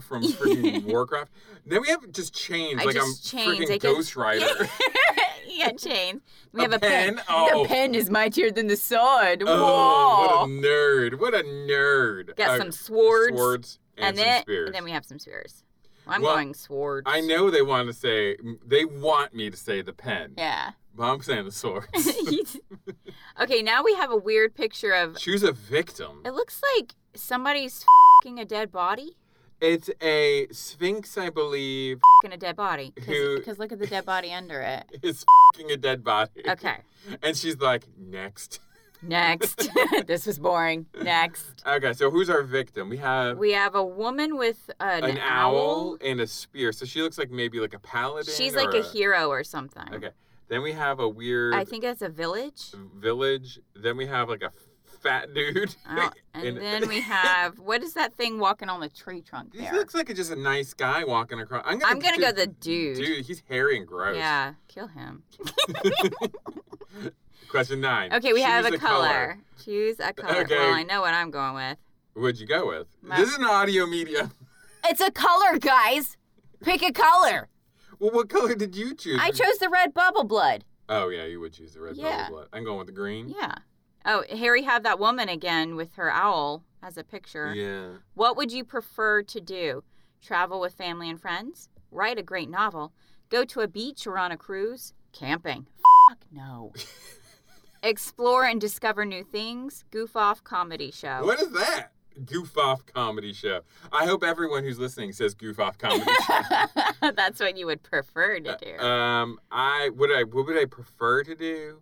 Speaker 1: <laughs>
Speaker 2: from freaking Warcraft? Then we have just chains,
Speaker 1: I
Speaker 2: like
Speaker 1: just
Speaker 2: I'm
Speaker 1: chains.
Speaker 2: freaking
Speaker 1: I can-
Speaker 2: Ghost Rider.
Speaker 1: <laughs>
Speaker 2: <laughs>
Speaker 1: you got chains. We
Speaker 2: A
Speaker 1: have a pen.
Speaker 2: pen? Oh.
Speaker 1: The pen is mightier than the sword.
Speaker 2: Oh,
Speaker 1: Whoa.
Speaker 2: what a nerd! What a nerd!
Speaker 1: got
Speaker 2: Uh,
Speaker 1: some swords.
Speaker 2: and, some
Speaker 1: then,
Speaker 2: spears.
Speaker 1: and then we have some spears. Well, I'm
Speaker 2: Well,
Speaker 1: going swords.
Speaker 2: I know they want to say they want me to say the pen, <laughs>
Speaker 1: Yeah. <laughs>
Speaker 2: but I'm saying the sword. <laughs>
Speaker 1: okay, now we have a weird picture of.
Speaker 2: Choose a victim.
Speaker 1: It looks like somebody's fing a dead body.
Speaker 2: It's a sphinx, I believe,
Speaker 1: Fing a dead body.
Speaker 2: Who-
Speaker 1: Because look at the dead body under it.
Speaker 2: <laughs> is fing a dead body.
Speaker 1: Okay,
Speaker 2: And she's like, next.
Speaker 1: next. <laughs> this was boring.
Speaker 2: <laughs>
Speaker 1: Next.
Speaker 2: Okay, so who's our victim? We have
Speaker 1: We have a woman with an,
Speaker 2: an owl and a spear. So she looks like maybe like a paladin.
Speaker 1: She's
Speaker 2: or
Speaker 1: like a hero or something.
Speaker 2: Okay. Then we have a weird
Speaker 1: I think that's a
Speaker 2: <laughs>
Speaker 1: village.
Speaker 2: village. Then we have like a fat dude.
Speaker 1: <laughs> I don't- and, then we have what is that thing walking on the tree trunk
Speaker 2: <laughs> He
Speaker 1: there?
Speaker 2: looks like a, just a nice guy walking across. I'm gonna,
Speaker 1: I'm gonna go
Speaker 2: just-
Speaker 1: the dude.
Speaker 2: Dude, he's hairy and gross.
Speaker 1: Yeah, kill him.
Speaker 2: Question nine.
Speaker 1: Okay, we have
Speaker 2: Choose
Speaker 1: a, color. Choose a color.
Speaker 2: Okay.
Speaker 1: Well, I know what I'm going with.
Speaker 2: What'd you go with?
Speaker 1: My-
Speaker 2: This is an audio media.
Speaker 1: It's a color, guys. Pick a color.
Speaker 2: <laughs> Well, what color did you choose?
Speaker 1: I chose the red bubble blood.
Speaker 2: Oh yeah, you would choose the red.
Speaker 1: Yeah.
Speaker 2: Blood. I'm going with the green.
Speaker 1: Yeah. Oh, here we have that woman again with her owl as a picture.
Speaker 2: Yeah.
Speaker 1: What would you prefer to do? Travel with family and friends? Write a great novel? Go to a beach or on a cruise? Camping? Fuck
Speaker 2: <laughs>
Speaker 1: no. Explore and discover new things? Goof off comedy show.
Speaker 2: What is that? Goof off comedy show. I hope everyone who's listening says goof
Speaker 1: <laughs>
Speaker 2: off comedy
Speaker 1: <laughs> That's what you would prefer to do.
Speaker 2: show. um, I would I what would I prefer to do?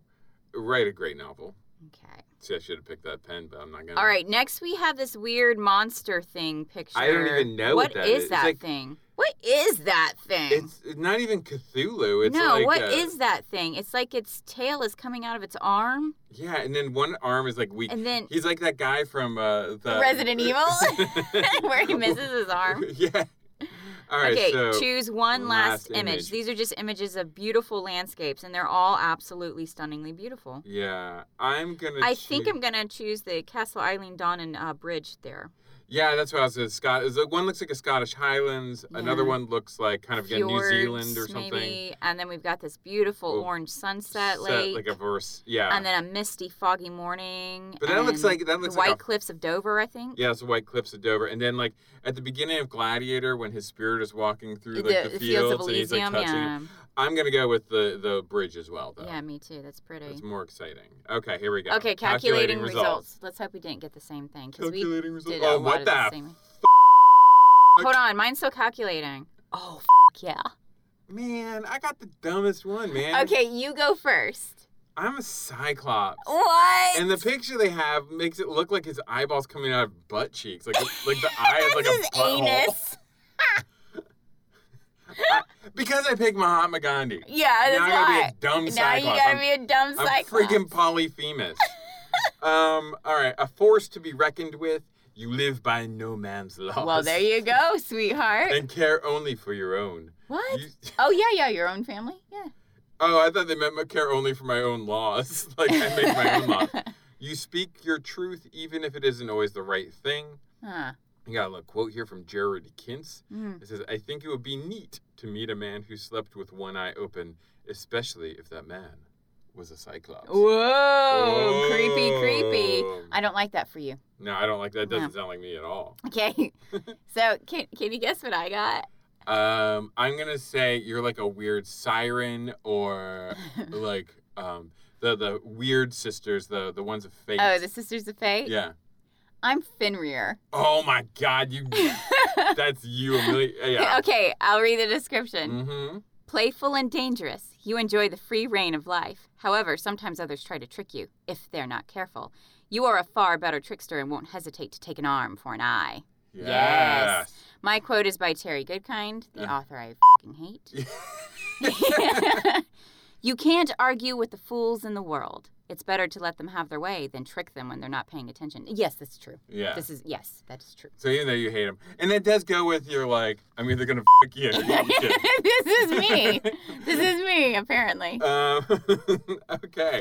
Speaker 2: Write a great novel.
Speaker 1: okay.
Speaker 2: See, I should have picked that pen, but I'm not gonna.
Speaker 1: All right, next we have this weird monster thing picture.
Speaker 2: I don't even know what that
Speaker 1: is
Speaker 2: is. It's
Speaker 1: that
Speaker 2: like-
Speaker 1: thing? What What is that thing?
Speaker 2: It's not even Cthulhu. It's
Speaker 1: no,
Speaker 2: like
Speaker 1: what
Speaker 2: uh,
Speaker 1: is that thing? It's like its tail is coming out of its
Speaker 2: <laughs>
Speaker 1: arm. <laughs>
Speaker 2: Yeah, and then one arm is like weak.
Speaker 1: And then-
Speaker 2: he's like that guy from uh, the <laughs>
Speaker 1: Resident Evil? Where he misses his arm. <laughs>
Speaker 2: yeah. All right.
Speaker 1: okay,
Speaker 2: so
Speaker 1: choose one last,
Speaker 2: last
Speaker 1: image.
Speaker 2: image.
Speaker 1: These are just images of beautiful landscapes, and they're all absolutely stunningly beautiful.
Speaker 2: yeah, I'm gonna.
Speaker 1: I think
Speaker 2: choose-
Speaker 1: I'm gonna choose the Castle Eileen Dawn and uh, Bridge there.
Speaker 2: Yeah, that's what I was. Saying. Scott is like, one looks like a Scottish Highlands. Another
Speaker 1: Yeah.
Speaker 2: one looks like kind of again, New
Speaker 1: Fjords,
Speaker 2: Zealand or something.
Speaker 1: Maybe. And then we've got this beautiful
Speaker 2: Oh,
Speaker 1: orange sunset
Speaker 2: Set
Speaker 1: lake.
Speaker 2: like a verse. Yeah.
Speaker 1: and then a misty, foggy morning.
Speaker 2: But that looks
Speaker 1: and
Speaker 2: like- that looks
Speaker 1: the
Speaker 2: like
Speaker 1: White
Speaker 2: a-
Speaker 1: Cliffs of Dover, I think.
Speaker 2: yeah, it's the White Cliffs of Dover, and then like at the beginning of Gladiator, when his spirit is walking through like the,
Speaker 1: fields of
Speaker 2: and he's like
Speaker 1: Elysium.
Speaker 2: touching. uh,
Speaker 1: yeah,
Speaker 2: I'm gonna go with the the bridge as well, though.
Speaker 1: yeah, me too. That's pretty.
Speaker 2: It's more exciting. Okay, here we go.
Speaker 1: Okay, calculating, results. Let's hope we didn't get the same thing because we
Speaker 2: Calculating
Speaker 1: did
Speaker 2: results.
Speaker 1: a
Speaker 2: Oh,
Speaker 1: lot
Speaker 2: what
Speaker 1: of
Speaker 2: the?
Speaker 1: the
Speaker 2: f-
Speaker 1: same.
Speaker 2: fuck?
Speaker 1: Hold on, mine's still calculating. Oh, f- yeah.
Speaker 2: Man, I got the dumbest one, man.
Speaker 1: Okay, you go first.
Speaker 2: I'm a cyclops.
Speaker 1: What?
Speaker 2: And the picture they have makes it look like his eyeballs coming out of butt cheeks, like
Speaker 1: <laughs>
Speaker 2: like the eye is like
Speaker 1: That's
Speaker 2: a butthole.
Speaker 1: his anus.
Speaker 2: Because I picked Mahatma Gandhi.
Speaker 1: Yeah,
Speaker 2: now I
Speaker 1: that's
Speaker 2: gotta be
Speaker 1: why.
Speaker 2: a dumb
Speaker 1: Now you
Speaker 2: cyclops.
Speaker 1: gotta
Speaker 2: I'm-
Speaker 1: be a dumb
Speaker 2: I'm
Speaker 1: cyclops.
Speaker 2: freaking polyphemus.
Speaker 1: <laughs>
Speaker 2: um, all right, a force to be reckoned with. You live by no man's laws.
Speaker 1: Well, there you go, sweetheart.
Speaker 2: And care only for your own.
Speaker 1: what?
Speaker 2: You-
Speaker 1: Oh yeah, yeah, your own family. Yeah.
Speaker 2: oh, I thought they meant my care only for my own laws. <laughs> like I make my own
Speaker 1: <laughs>
Speaker 2: laws. You speak your truth even if it isn't always the right thing.
Speaker 1: Huh.
Speaker 2: I got a little quote here from Jared Kintz.
Speaker 1: Mm.
Speaker 2: It says, I think it would be neat to meet a man who slept with one eye open, especially if that man was a cyclops.
Speaker 1: Whoa, creepy, creepy.
Speaker 2: Whoa.
Speaker 1: I don't like that for you. <laughs>
Speaker 2: No, I don't like that. That
Speaker 1: No.
Speaker 2: doesn't sound like me at all. <laughs>
Speaker 1: Okay. so can can you guess what I got?
Speaker 2: Um, I'm gonna say you're like a weird siren
Speaker 1: <laughs>
Speaker 2: or like um the the weird sisters, the the ones of fate.
Speaker 1: Oh, the Sisters of Fate.
Speaker 2: yeah.
Speaker 1: I'm Finrear.
Speaker 2: Oh my
Speaker 1: <laughs>
Speaker 2: God, you. that's you, Amelia. Yeah.
Speaker 1: okay, I'll read the description.
Speaker 2: Mm-hmm.
Speaker 1: Playful and dangerous, you enjoy the free reign of life. However, sometimes others try to trick you, if they're not careful. You are a far better trickster and won't hesitate to take an arm for an eye. Yes. My quote is by Terry Goodkind, the
Speaker 2: Yeah.
Speaker 1: author I fing
Speaker 2: <laughs>
Speaker 1: hate. <laughs> you can't argue with the fools in the world. It's better to let them have their way than trick them when they're not paying attention. Yes, that's true.
Speaker 2: Yeah.
Speaker 1: This is yes, that is true.
Speaker 2: so even though you hate him, and that does go with your like, I'm either gonna fuck you. Or
Speaker 1: <laughs>
Speaker 2: you kid.
Speaker 1: this is me. This is me,
Speaker 2: <laughs>
Speaker 1: apparently.
Speaker 2: Um, okay,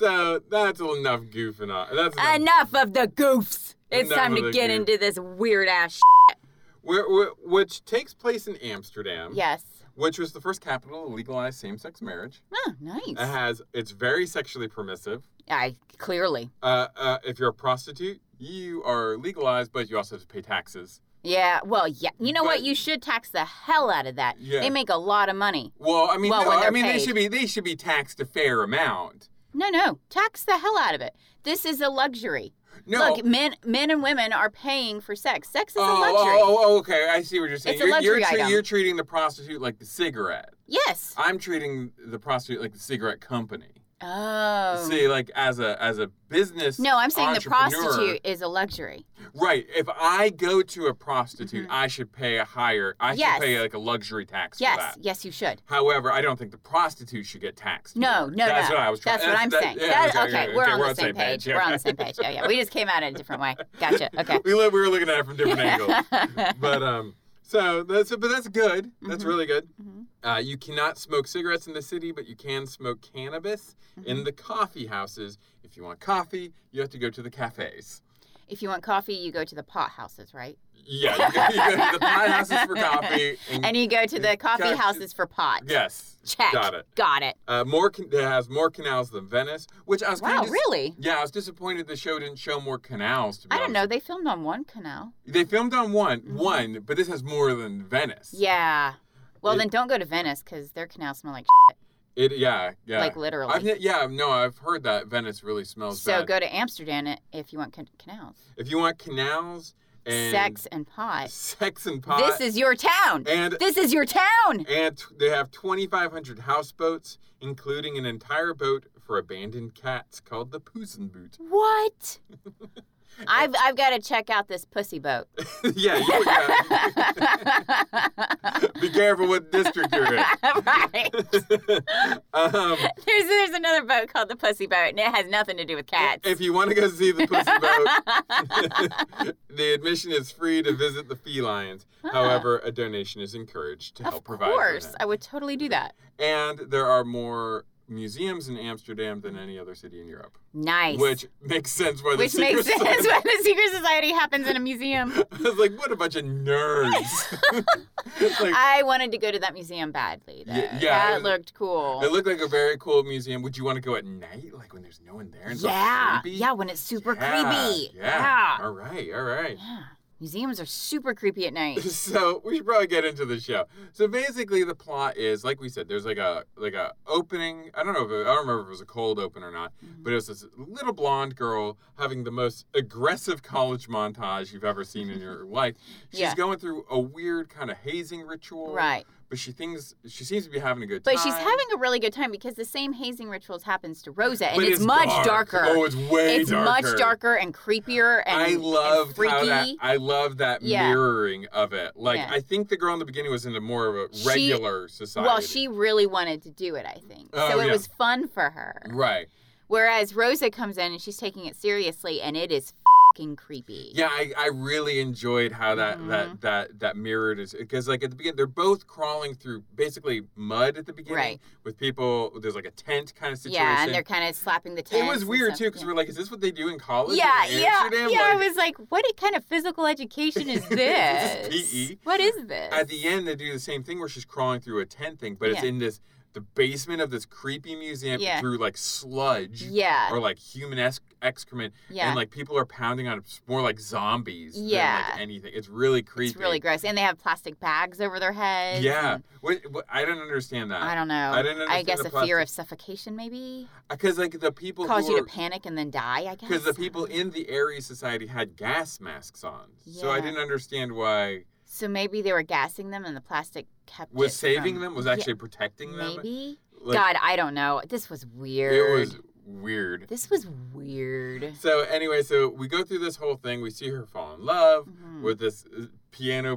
Speaker 2: so that's enough goofing off. That's enough.
Speaker 1: Enough of the goofs. It's
Speaker 2: Enough
Speaker 1: time
Speaker 2: of
Speaker 1: to
Speaker 2: the
Speaker 1: get
Speaker 2: goof.
Speaker 1: into this weird ass. Sh-
Speaker 2: Where- where- which takes place in Amsterdam,
Speaker 1: yes.
Speaker 2: which was the first capital to legalize same-sex marriage.
Speaker 1: Oh, nice.
Speaker 2: It has it's very sexually permissive.
Speaker 1: I clearly.
Speaker 2: Uh, uh, if you're a prostitute, you are legalized, but you also have to pay taxes.
Speaker 1: Yeah. Well, yeah. You know what?
Speaker 2: But-
Speaker 1: You should tax the hell out of that.
Speaker 2: Yeah.
Speaker 1: They make a lot of money.
Speaker 2: Well, I mean,
Speaker 1: Well,
Speaker 2: no,
Speaker 1: when
Speaker 2: I
Speaker 1: they're
Speaker 2: mean they
Speaker 1: paid.
Speaker 2: should be they should be taxed a fair amount.
Speaker 1: No, no. Tax the hell out of it. This is a luxury.
Speaker 2: No.
Speaker 1: Look, men men and women are paying for sex. Sex is
Speaker 2: Oh,
Speaker 1: a
Speaker 2: oh,
Speaker 1: luxury.
Speaker 2: oh, oh, okay. I see what you're saying.
Speaker 1: It's a
Speaker 2: you're, you're,
Speaker 1: luxury item.
Speaker 2: you're treating the prostitute like the cigarette.
Speaker 1: Yes.
Speaker 2: I'm treating the prostitute like the cigarette company.
Speaker 1: Oh.
Speaker 2: See, like as a as a business.
Speaker 1: No, I'm saying the
Speaker 2: entrepreneur-
Speaker 1: prostitute is a luxury.
Speaker 2: Right. If I go to a prostitute, I should pay a higher. I
Speaker 1: Mm-hmm. Yes.
Speaker 2: should pay like a luxury tax for
Speaker 1: Yes.
Speaker 2: that.
Speaker 1: Yes, you should.
Speaker 2: However, I don't think the prostitute should get taxed.
Speaker 1: No,
Speaker 2: more.
Speaker 1: no,
Speaker 2: That's
Speaker 1: no.
Speaker 2: what I was trying.
Speaker 1: That's what I'm saying.
Speaker 2: yeah,
Speaker 1: That- okay, we're, on the same page.
Speaker 2: yeah.
Speaker 1: We're on the same page. Yeah, yeah. We just came at it a different
Speaker 2: <laughs>
Speaker 1: way. Gotcha. Okay.
Speaker 2: we, li- we were looking at it
Speaker 1: <laughs>
Speaker 2: from different angles. But um, so that's but that's good. That's
Speaker 1: Mhm.
Speaker 2: really good.
Speaker 1: Mhm.
Speaker 2: Uh, you cannot smoke cigarettes in the city, but you can smoke cannabis in
Speaker 1: Mm-hmm.
Speaker 2: the coffee houses. If you want coffee, you have to go to the cafes.
Speaker 1: If you want coffee, you go to the pot houses, right?
Speaker 2: Yeah,
Speaker 1: <laughs>
Speaker 2: you go, you go to the pot houses for coffee. And,
Speaker 1: And you go to the coffee
Speaker 2: Gotcha.
Speaker 1: houses for pot.
Speaker 2: yes,
Speaker 1: Check.
Speaker 2: got it.
Speaker 1: Got it.
Speaker 2: Uh, more can- it has more canals than Venice, which I was kind
Speaker 1: Wow,
Speaker 2: of dis-
Speaker 1: really?
Speaker 2: Yeah, I was disappointed the show didn't show more canals. To be
Speaker 1: I don't
Speaker 2: honest.
Speaker 1: know. They filmed on one canal.
Speaker 2: They filmed on one, one, but this has more than Venice.
Speaker 1: Yeah. Well,
Speaker 2: It-
Speaker 1: then don't go to Venice because their canals smell like
Speaker 2: It, yeah, yeah.
Speaker 1: like literally.
Speaker 2: I've, ne- yeah, no, I've heard that Venice really smells
Speaker 1: so
Speaker 2: bad.
Speaker 1: go to Amsterdam i- if you want can- canals,
Speaker 2: If you want canals and
Speaker 1: sex, and pot.
Speaker 2: sex and pot,
Speaker 1: This is your town.
Speaker 2: and
Speaker 1: this is your town.
Speaker 2: and t- they have 2,500 houseboats, including an entire boat for abandoned cats called the Poosenboot.
Speaker 1: What? <laughs> I've I've got to check out this pussy
Speaker 2: <laughs>
Speaker 1: boat.
Speaker 2: <laughs> Oh, yeah,
Speaker 1: <laughs>
Speaker 2: you
Speaker 1: right.
Speaker 2: be careful what district you're in. <laughs> um,
Speaker 1: There's there's another boat called the pussy boat, and it has nothing to do with cats.
Speaker 2: <laughs> if you want to go see the pussy
Speaker 1: <laughs>
Speaker 2: boat, <laughs> the admission is free to visit the felines.
Speaker 1: Huh.
Speaker 2: However, a donation is encouraged to
Speaker 1: Ah. of
Speaker 2: help provide for
Speaker 1: course,
Speaker 2: that.
Speaker 1: I would totally do that.
Speaker 2: And there are more museums in Amsterdam than any other city in Europe,
Speaker 1: Nice.
Speaker 2: which makes sense why the
Speaker 1: Which makes
Speaker 2: <laughs> Secret
Speaker 1: sense when
Speaker 2: Service-
Speaker 1: the secret society happens in a
Speaker 2: <laughs>
Speaker 1: museum.
Speaker 2: I was like, what a bunch of nerds. <laughs>
Speaker 1: <laughs>
Speaker 2: It's like,
Speaker 1: I wanted to go to that museum badly. Though.
Speaker 2: Yeah, yeah,
Speaker 1: that
Speaker 2: it was-
Speaker 1: looked cool.
Speaker 2: It looked like a very cool museum. Would you want to go at night, like when there's no one there? And it's all
Speaker 1: yeah,
Speaker 2: creepy?
Speaker 1: yeah, when it's super
Speaker 2: Yeah,
Speaker 1: creepy.
Speaker 2: Yeah.
Speaker 1: yeah,
Speaker 2: All right. All right.
Speaker 1: yeah. Museums are super creepy at night.
Speaker 2: <laughs> So we should probably get into the show. So basically, the plot is like we said. There's like a like a opening. I don't know. If it, I don't remember if it was a cold open or not.
Speaker 1: Mm-hmm.
Speaker 2: But it was this little blonde girl having the most aggressive college montage you've ever seen
Speaker 1: <laughs>
Speaker 2: in your life. She's
Speaker 1: Yeah.
Speaker 2: going through a weird kind of hazing ritual.
Speaker 1: Right.
Speaker 2: But she thinks she seems to be having a good
Speaker 1: But
Speaker 2: time.
Speaker 1: she's having a really good time because the same hazing rituals happens to Rosa, and
Speaker 2: But
Speaker 1: it's, much
Speaker 2: dark.
Speaker 1: darker.
Speaker 2: Oh, it's way
Speaker 1: it's
Speaker 2: darker.
Speaker 1: much darker and creepier and,
Speaker 2: I
Speaker 1: and
Speaker 2: love
Speaker 1: freaky.
Speaker 2: How that, I love that
Speaker 1: Yeah.
Speaker 2: mirroring of it. Like
Speaker 1: Yeah.
Speaker 2: I think the girl in the beginning was into more of a
Speaker 1: She-
Speaker 2: regular society.
Speaker 1: well, she really wanted to do it, I think. so
Speaker 2: Oh,
Speaker 1: it
Speaker 2: yeah.
Speaker 1: was fun for her.
Speaker 2: right.
Speaker 1: Whereas Rosa comes in and she's taking it seriously, and it is fing creepy.
Speaker 2: Yeah, I, I really enjoyed how that
Speaker 1: Mhm.
Speaker 2: that that that mirrored is because like at the beginning they're both crawling through basically mud at the beginning
Speaker 1: Right.
Speaker 2: with people. There's like a tent kind of situation.
Speaker 1: Yeah, and they're kind of slapping the
Speaker 2: it
Speaker 1: tent.
Speaker 2: was weird too because we're like, is this what they do in college?
Speaker 1: yeah,
Speaker 2: in
Speaker 1: yeah, yeah.
Speaker 2: Amsterdam?
Speaker 1: I
Speaker 2: Like,
Speaker 1: was like, what kind of physical education
Speaker 2: <laughs>
Speaker 1: is
Speaker 2: This
Speaker 1: this?
Speaker 2: is PE.
Speaker 1: What is this?
Speaker 2: E at the end they do the same thing where she's crawling through a tent thing, but it's
Speaker 1: Yeah.
Speaker 2: in this the basement of this creepy museum
Speaker 1: Yeah.
Speaker 2: through like sludge.
Speaker 1: yeah,
Speaker 2: or like human esc- excrement,
Speaker 1: yeah.
Speaker 2: and like people are pounding on it it's more like zombies than
Speaker 1: Yeah.
Speaker 2: like anything. It's really creepy.
Speaker 1: It's really gross. And they have plastic bags over their heads.
Speaker 2: Yeah,
Speaker 1: and-
Speaker 2: what, what, I don't understand that.
Speaker 1: I don't know.
Speaker 2: I didn't understand
Speaker 1: guess
Speaker 2: the
Speaker 1: a fear of suffocation maybe
Speaker 2: because Uh, like the people
Speaker 1: cause
Speaker 2: who
Speaker 1: you
Speaker 2: were-
Speaker 1: to panic and then die. I guess
Speaker 2: because the people in the Aries Society had gas masks on, so I
Speaker 1: Yeah.
Speaker 2: didn't understand why
Speaker 1: So maybe they were gassing them, and the plastic kept
Speaker 2: was
Speaker 1: it
Speaker 2: saving
Speaker 1: from-
Speaker 2: them was
Speaker 1: Yeah,
Speaker 2: actually protecting them.
Speaker 1: maybe.
Speaker 2: Like,
Speaker 1: God, I don't know. This was weird.
Speaker 2: it was weird.
Speaker 1: This was weird.
Speaker 2: So anyway, so we go through this whole thing. We see her fall in love.
Speaker 1: Mhm.
Speaker 2: with this uh, piano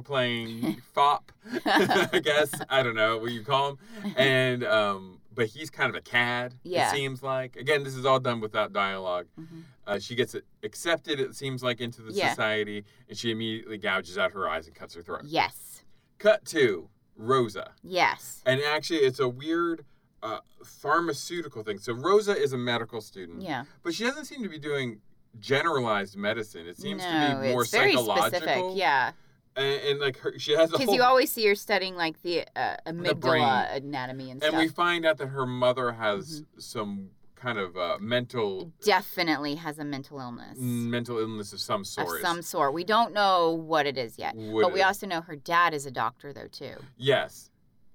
Speaker 1: <laughs>
Speaker 2: playing fop, <laughs> I guess. I don't know what you call him. And um, but he's kind of a cad.
Speaker 1: Yeah.
Speaker 2: It seems like again, this is all done without dialogue.
Speaker 1: Mhm.
Speaker 2: Uh, she gets accepted. It seems like into the
Speaker 1: Yeah.
Speaker 2: society, and she immediately gouges out her eyes and cuts her throat.
Speaker 1: Yes.
Speaker 2: Cut to Rosa,
Speaker 1: Yes.
Speaker 2: and actually, it's a weird. Uh, pharmaceutical thing. So Rosa is a medical student,
Speaker 1: Yeah.
Speaker 2: but she doesn't seem to be doing generalized medicine. It seems
Speaker 1: no,
Speaker 2: to be more
Speaker 1: it's very
Speaker 2: psychological.
Speaker 1: specific.
Speaker 2: <laughs>
Speaker 1: Yeah.
Speaker 2: and, and like her, she has a
Speaker 1: Because
Speaker 2: whole
Speaker 1: you always see her studying like the uh, amygdala
Speaker 2: brain.
Speaker 1: anatomy and,
Speaker 2: <laughs> and we
Speaker 1: stuff.
Speaker 2: find out that her mother has
Speaker 1: Mm-hmm.
Speaker 2: some kind of uh, mental
Speaker 1: Definitely has a mental illness
Speaker 2: mental illness of some
Speaker 1: of
Speaker 2: sort. It's-
Speaker 1: some sort. We don't know what it is yet,
Speaker 2: What
Speaker 1: but we
Speaker 2: it-
Speaker 1: also know her dad is a doctor though too.
Speaker 2: yes.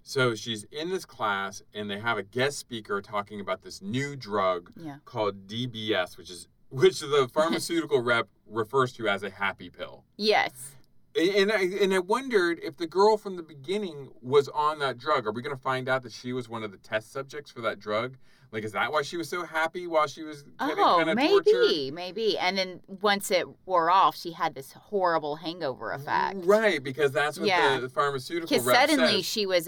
Speaker 2: So she's in this class, and they have a guest speaker talking about this new drug
Speaker 1: Yeah.
Speaker 2: called DBS, which is
Speaker 1: <laughs>
Speaker 2: which the pharmaceutical rep refers to as a happy pill.
Speaker 1: Yes.
Speaker 2: And and I, and I wondered if the girl from the beginning was on that drug. Are we going to find out that she was one of the test subjects for that drug? Like, is that why she was so happy while she was getting
Speaker 1: Oh,
Speaker 2: kind of
Speaker 1: maybe,
Speaker 2: tortured?
Speaker 1: maybe. And then once it wore off, she had this horrible hangover effect.
Speaker 2: Right, because that's what
Speaker 1: Yeah.
Speaker 2: the, the pharmaceutical
Speaker 1: Because
Speaker 2: rep
Speaker 1: suddenly
Speaker 2: says.
Speaker 1: she was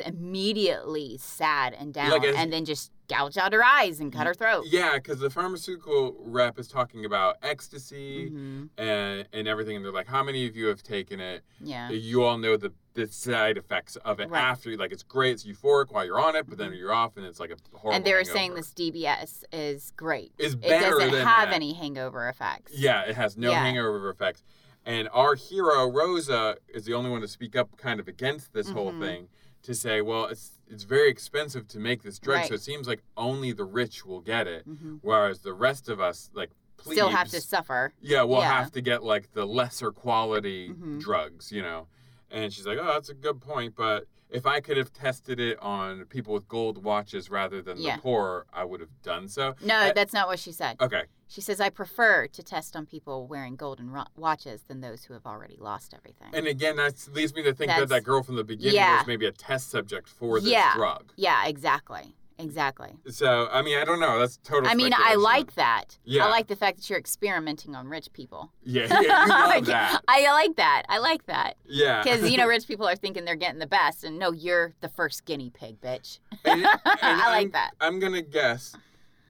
Speaker 1: immediately sad and down,
Speaker 2: Like a-
Speaker 1: and then just gouged out her eyes and cut her throat.
Speaker 2: Yeah, because the pharmaceutical rep is talking about ecstasy
Speaker 1: hmm
Speaker 2: and, and everything, and they're like, "How many of you have taken it?
Speaker 1: Yeah.
Speaker 2: You all know the the side effects of it
Speaker 1: Right. Mm-hmm.
Speaker 2: after. Like, it's great, it's euphoric while you're on it, but then you're off, and it's like a horrible."
Speaker 1: And they were saying
Speaker 2: hangover.
Speaker 1: this DBS is great.
Speaker 2: is
Speaker 1: It
Speaker 2: better
Speaker 1: doesn't
Speaker 2: than
Speaker 1: have
Speaker 2: that.
Speaker 1: any hangover effects.
Speaker 2: Yeah, it has no
Speaker 1: Yeah.
Speaker 2: hangover effects. And our hero Rosa is the only one to speak up kind of against this whole
Speaker 1: Mhm.
Speaker 2: thing to say, well, it's it's very expensive to make this drug,
Speaker 1: Right.
Speaker 2: so it seems like only the rich will get it,
Speaker 1: Mhm.
Speaker 2: whereas the rest of us, like plebes,
Speaker 1: Still have to suffer.
Speaker 2: yeah, we'll
Speaker 1: yeah.
Speaker 2: have to get like the lesser quality
Speaker 1: Mhm.
Speaker 2: drugs, you know. And she's like, oh, that's a good point, but if I could have tested it on people with gold watches rather than
Speaker 1: Yeah.
Speaker 2: the poor, I would have done so.
Speaker 1: No,
Speaker 2: Uh,
Speaker 1: that's not what she said.
Speaker 2: Okay,
Speaker 1: She says, I prefer to test on people wearing golden ro- watches than those who have already lost everything.
Speaker 2: And again, that leads me to think that
Speaker 1: That's-
Speaker 2: that girl from the beginning
Speaker 1: Yeah.
Speaker 2: was maybe a test subject for this
Speaker 1: Yeah.
Speaker 2: drug.
Speaker 1: yeah, exactly. Exactly.
Speaker 2: So I mean, I don't know. That's total.
Speaker 1: I mean, I
Speaker 2: speculation.
Speaker 1: like that.
Speaker 2: Yeah.
Speaker 1: I like the fact that you're experimenting on rich people.
Speaker 2: <laughs> Yeah, yeah,
Speaker 1: <laughs>
Speaker 2: you love that.
Speaker 1: I like that. I like that.
Speaker 2: Yeah.
Speaker 1: Because,
Speaker 2: <laughs>
Speaker 1: you know, rich people are thinking they're getting the best, and no, you're the first guinea pig, bitch. <laughs>
Speaker 2: And- and
Speaker 1: I
Speaker 2: I'm-
Speaker 1: like that.
Speaker 2: I'm gonna guess.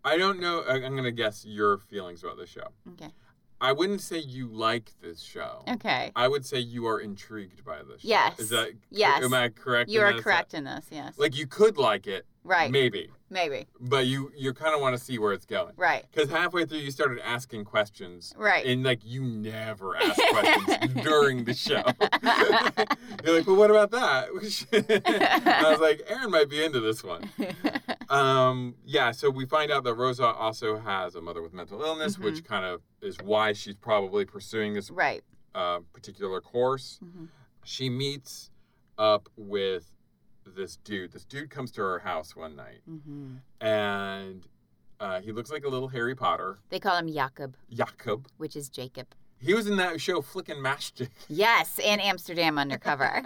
Speaker 2: I don't know. I- I'm gonna guess your feelings about the show.
Speaker 1: Okay.
Speaker 2: I wouldn't say you like this show.
Speaker 1: Okay.
Speaker 2: I would say you are intrigued by this. show.
Speaker 1: Yes.
Speaker 2: Is that
Speaker 1: Yes.
Speaker 2: Am I correct?
Speaker 1: You
Speaker 2: in
Speaker 1: are
Speaker 2: that?
Speaker 1: correct in this, yes.
Speaker 2: uh, Like you could like it,
Speaker 1: right.
Speaker 2: maybe,
Speaker 1: Maybe.
Speaker 2: but you you kind of want to see where it's going.
Speaker 1: Right.
Speaker 2: Because halfway through, you started asking questions.
Speaker 1: Right.
Speaker 2: And like you never ask questions during the show. <laughs> You're like, well, what about that? <laughs> We should-" And I was like, Aaron might be into this one. Um, yeah. So we find out that Rosa also has a mother with mental illness, which kind of is why she's probably pursuing
Speaker 1: <laughs>
Speaker 2: this
Speaker 1: right.
Speaker 2: uh, particular course.
Speaker 1: hmm
Speaker 2: She meets up with this dude. This dude comes to her house one night,
Speaker 1: hmm
Speaker 2: and uh, he looks like a little Harry Potter.
Speaker 1: They call him Jakob,
Speaker 2: Jakob.
Speaker 1: which is Jacob.
Speaker 2: He was in that show Flickin' Mastic.
Speaker 1: Yes, in Amsterdam Undercover.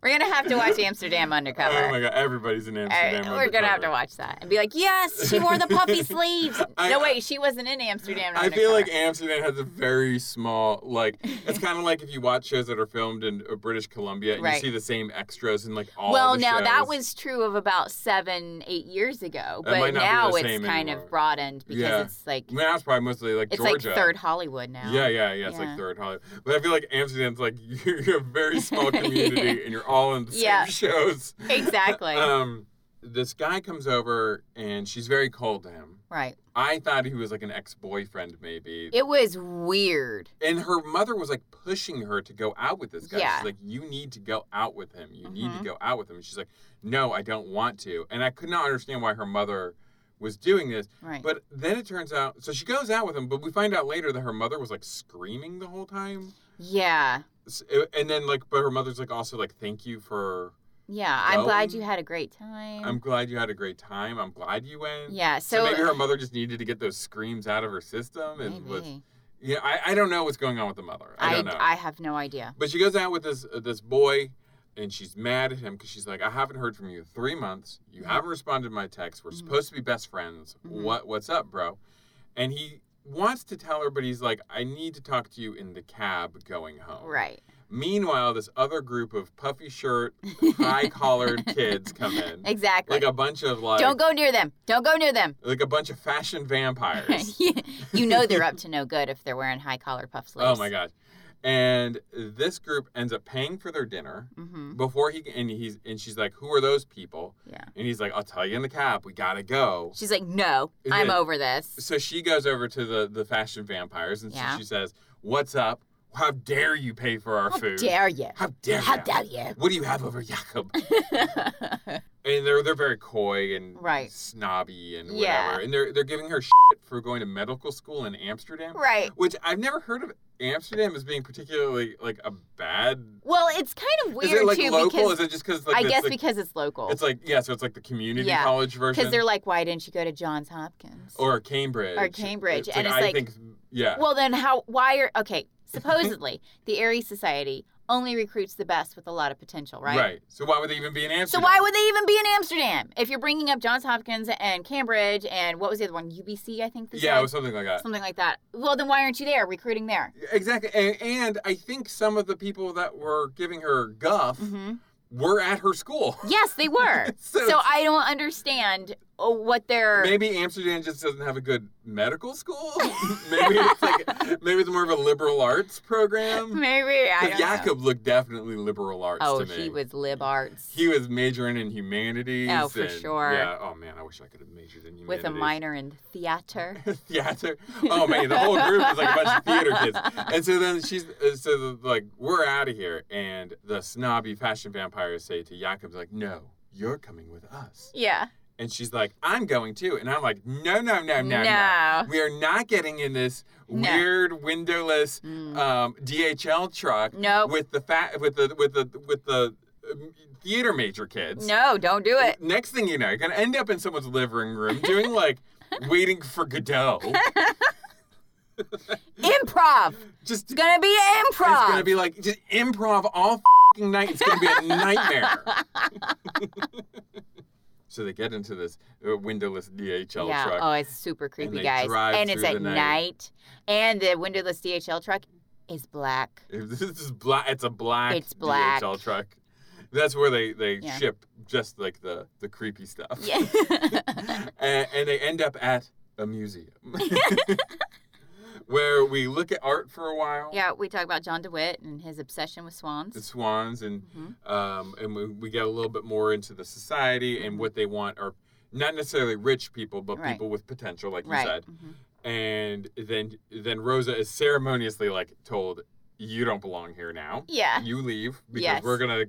Speaker 1: We're going to have to watch Amsterdam Undercover.
Speaker 2: Oh my god, everybody's in
Speaker 1: All right,
Speaker 2: Amsterdam.
Speaker 1: we're gonna have to
Speaker 2: Undercover.
Speaker 1: watch that and be like, yes, she wore the puffy sleeves.
Speaker 2: <laughs> I-
Speaker 1: no, wait, she wasn't in Amsterdam.
Speaker 2: I feel like
Speaker 1: Undercover.
Speaker 2: Amsterdam has a very small, like,
Speaker 1: <laughs>
Speaker 2: it's kind of like if you watch shows that are filmed in uh, British Columbia and you
Speaker 1: Right.
Speaker 2: see the same extras in, like, all
Speaker 1: well,
Speaker 2: the
Speaker 1: now that
Speaker 2: shows.
Speaker 1: was true of about seven, eight years ago,
Speaker 2: That might
Speaker 1: but
Speaker 2: not be
Speaker 1: now
Speaker 2: the
Speaker 1: it's
Speaker 2: same
Speaker 1: kind
Speaker 2: anymore.
Speaker 1: of broadened because
Speaker 2: Yeah.
Speaker 1: it's like
Speaker 2: I mean, that's probably mostly, like,
Speaker 1: it's
Speaker 2: Georgia.
Speaker 1: like third Hollywood now.
Speaker 2: Yeah, yeah, yeah. It's like
Speaker 1: Yeah.
Speaker 2: third Hollywood. But I feel like Amsterdam's like <laughs> you're, you're a
Speaker 1: <laughs>
Speaker 2: very small community and you're all in the same
Speaker 1: Yeah.
Speaker 2: shows.
Speaker 1: Exactly.
Speaker 2: <laughs> um, this guy comes over and she's very cold to him.
Speaker 1: right.
Speaker 2: I thought he was like an ex boyfriend, maybe.
Speaker 1: It was weird.
Speaker 2: and her mother was like pushing her to go out with this guy.
Speaker 1: Yeah.
Speaker 2: She's like, You need to go out with him. You need to
Speaker 1: Mhm.
Speaker 2: go out with him. And she's like, No, I don't want to. And I could not understand why her mother was doing this.
Speaker 1: Right.
Speaker 2: But then it turns out, so she goes out with him, but we find out later that her mother was like screaming the whole time.
Speaker 1: yeah.
Speaker 2: S- it- and then like but her mother's like also like thank you for
Speaker 1: Yeah. I'm glad you
Speaker 2: Going?
Speaker 1: had a great time.
Speaker 2: i'm glad you had a great time i'm glad you went
Speaker 1: yeah.
Speaker 2: so,
Speaker 1: So, uh,
Speaker 2: maybe her mother just needed to get those screams out of her system and was
Speaker 1: Maybe.
Speaker 2: yeah I, I don't know what's going on with the mother i
Speaker 1: I,
Speaker 2: don't know
Speaker 1: I have no idea.
Speaker 2: but she goes out with this uh, this boy and she's mad at him because she's like i haven't heard from you in three months you
Speaker 1: Mhm.
Speaker 2: haven't responded to my text we're
Speaker 1: Mhm.
Speaker 2: supposed to be best friends
Speaker 1: Mhm.
Speaker 2: what what's up bro and he wants to tell her but he's like i need to talk to you in the cab going home <laughs>
Speaker 1: Right.
Speaker 2: Meanwhile, this other group of
Speaker 1: <laughs>
Speaker 2: puffy shirt, high collared kids come in.
Speaker 1: Exactly.
Speaker 2: Like a bunch of like
Speaker 1: Don't go near them. Don't go near them.
Speaker 2: like a bunch of
Speaker 1: <laughs>
Speaker 2: fashion vampires.
Speaker 1: you know they're
Speaker 2: <laughs>
Speaker 1: up to no good if they're wearing high collar puff sleeves.
Speaker 2: oh my gosh. And this group ends up paying for their dinner
Speaker 1: Mm-hmm.
Speaker 2: before he and he's and she's like, Who are those people?
Speaker 1: Yeah.
Speaker 2: And he's like, I'll tell you in the cab, we gotta go.
Speaker 1: She's like, no,
Speaker 2: And
Speaker 1: I'm
Speaker 2: then-
Speaker 1: over this.
Speaker 2: So she goes over to the, the fashion vampires and so
Speaker 1: Yeah.
Speaker 2: she says, What's up? How dare you pay for our
Speaker 1: How
Speaker 2: food?
Speaker 1: dare you?
Speaker 2: How dare
Speaker 1: How
Speaker 2: ya?
Speaker 1: dare you?
Speaker 2: What do you have
Speaker 1: <laughs>
Speaker 2: over Jakob? and they're they're very coy and
Speaker 1: Right.
Speaker 2: snobby and whatever,
Speaker 1: Yeah.
Speaker 2: and they're they're giving her shit for going to medical school in Amsterdam,
Speaker 1: <laughs> right.
Speaker 2: which I've never heard of Amsterdam as being particularly like a bad.
Speaker 1: Well, it's kind of weird
Speaker 2: is it like
Speaker 1: too
Speaker 2: local?
Speaker 1: because
Speaker 2: Is it just because like
Speaker 1: I
Speaker 2: it's,
Speaker 1: guess
Speaker 2: like,
Speaker 1: because it's local.
Speaker 2: it's like yeah, so it's like the community
Speaker 1: Yeah,
Speaker 2: college version,
Speaker 1: Because they're like, why didn't you go to Johns Hopkins?
Speaker 2: or Cambridge,
Speaker 1: Or Cambridge,
Speaker 2: It's
Speaker 1: and
Speaker 2: like,
Speaker 1: it's
Speaker 2: I
Speaker 1: like-
Speaker 2: think yeah,
Speaker 1: well, then how? Why are
Speaker 2: <laughs>
Speaker 1: okay? Supposedly, the Aries Society only recruits the best with a lot of potential, right?
Speaker 2: So why would they even be in
Speaker 1: So
Speaker 2: Amsterdam?
Speaker 1: why would they even be in Amsterdam if you're bringing up Johns Hopkins and Cambridge and what was the other one? UBC, I think. they
Speaker 2: yeah,
Speaker 1: said?
Speaker 2: it was something like that.
Speaker 1: something like that. Well, then why aren't you there recruiting there?
Speaker 2: Exactly, and, and I think some of the people that were giving her guff
Speaker 1: hmm
Speaker 2: were at her school.
Speaker 1: Yes, they were.
Speaker 2: <laughs> So
Speaker 1: so
Speaker 2: it's-
Speaker 1: I don't understand uh, what they're.
Speaker 2: Maybe Amsterdam just doesn't have a good
Speaker 1: <laughs>
Speaker 2: medical school. <laughs> maybe it's like maybe it's more of a liberal arts program.
Speaker 1: Maybe I
Speaker 2: Because
Speaker 1: don't know.
Speaker 2: Jakob looked definitely liberal arts
Speaker 1: Oh,
Speaker 2: to me.
Speaker 1: he was lib arts
Speaker 2: He was majoring in humanities.
Speaker 1: Oh, for
Speaker 2: and-
Speaker 1: sure.
Speaker 2: Yeah. Oh man, I wish I could have majored in humanities.
Speaker 1: with a minor
Speaker 2: <laughs>
Speaker 1: in theater.
Speaker 2: theater. Oh man, the whole group is like a bunch of theater kids. And so then she's uh, so the, like we're out of here, and the snobby fashion vampires say to Jakob's like, "No, you're coming with us."
Speaker 1: yeah.
Speaker 2: And she's like, "I'm going too," and I'm like, "No, no, no, no, no." We are not getting in this
Speaker 1: No.
Speaker 2: weird windowless
Speaker 1: Mm.
Speaker 2: um, DHL truck
Speaker 1: Nope.
Speaker 2: with the fat with the with the with the um, theater major kids.
Speaker 1: no, don't do
Speaker 2: <laughs>
Speaker 1: it.
Speaker 2: Next thing you know, you're gonna end up in someone's living room doing
Speaker 1: <laughs>
Speaker 2: like waiting for Godot.
Speaker 1: Improv.
Speaker 2: Just
Speaker 1: It's gonna be improv.
Speaker 2: it's gonna be like just
Speaker 1: <laughs>
Speaker 2: improv all fing night. It's gonna be a nightmare. <laughs> So they get into this uh, windowless DHL
Speaker 1: yeah.
Speaker 2: truck.
Speaker 1: Oh, it's super creepy,
Speaker 2: they
Speaker 1: guys.
Speaker 2: drive
Speaker 1: and it's
Speaker 2: through
Speaker 1: at
Speaker 2: the night.
Speaker 1: night. And the windowless DHL truck is
Speaker 2: <laughs>
Speaker 1: black.
Speaker 2: If <laughs> This is black. It's a black.
Speaker 1: It's black.
Speaker 2: DHL truck. That's where they they
Speaker 1: Yeah.
Speaker 2: ship just like the the creepy stuff. <laughs>
Speaker 1: Yeah. <laughs>
Speaker 2: and, and they end up at
Speaker 1: <laughs>
Speaker 2: a museum, <laughs> where we look at art for a while.
Speaker 1: yeah, we talk about John DeWitt and his obsession with
Speaker 2: The
Speaker 1: swans.
Speaker 2: swans and
Speaker 1: Mhm.
Speaker 2: um, and we, we get a little bit more into the society and what they want are not necessarily rich people, but
Speaker 1: Mm-hmm. Right.
Speaker 2: people with potential, like you
Speaker 1: Right.
Speaker 2: said.
Speaker 1: Mhm.
Speaker 2: And then then Rosa is ceremoniously like told, "You don't belong here now.
Speaker 1: Yeah.
Speaker 2: You leave because
Speaker 1: Yes.
Speaker 2: we're gonna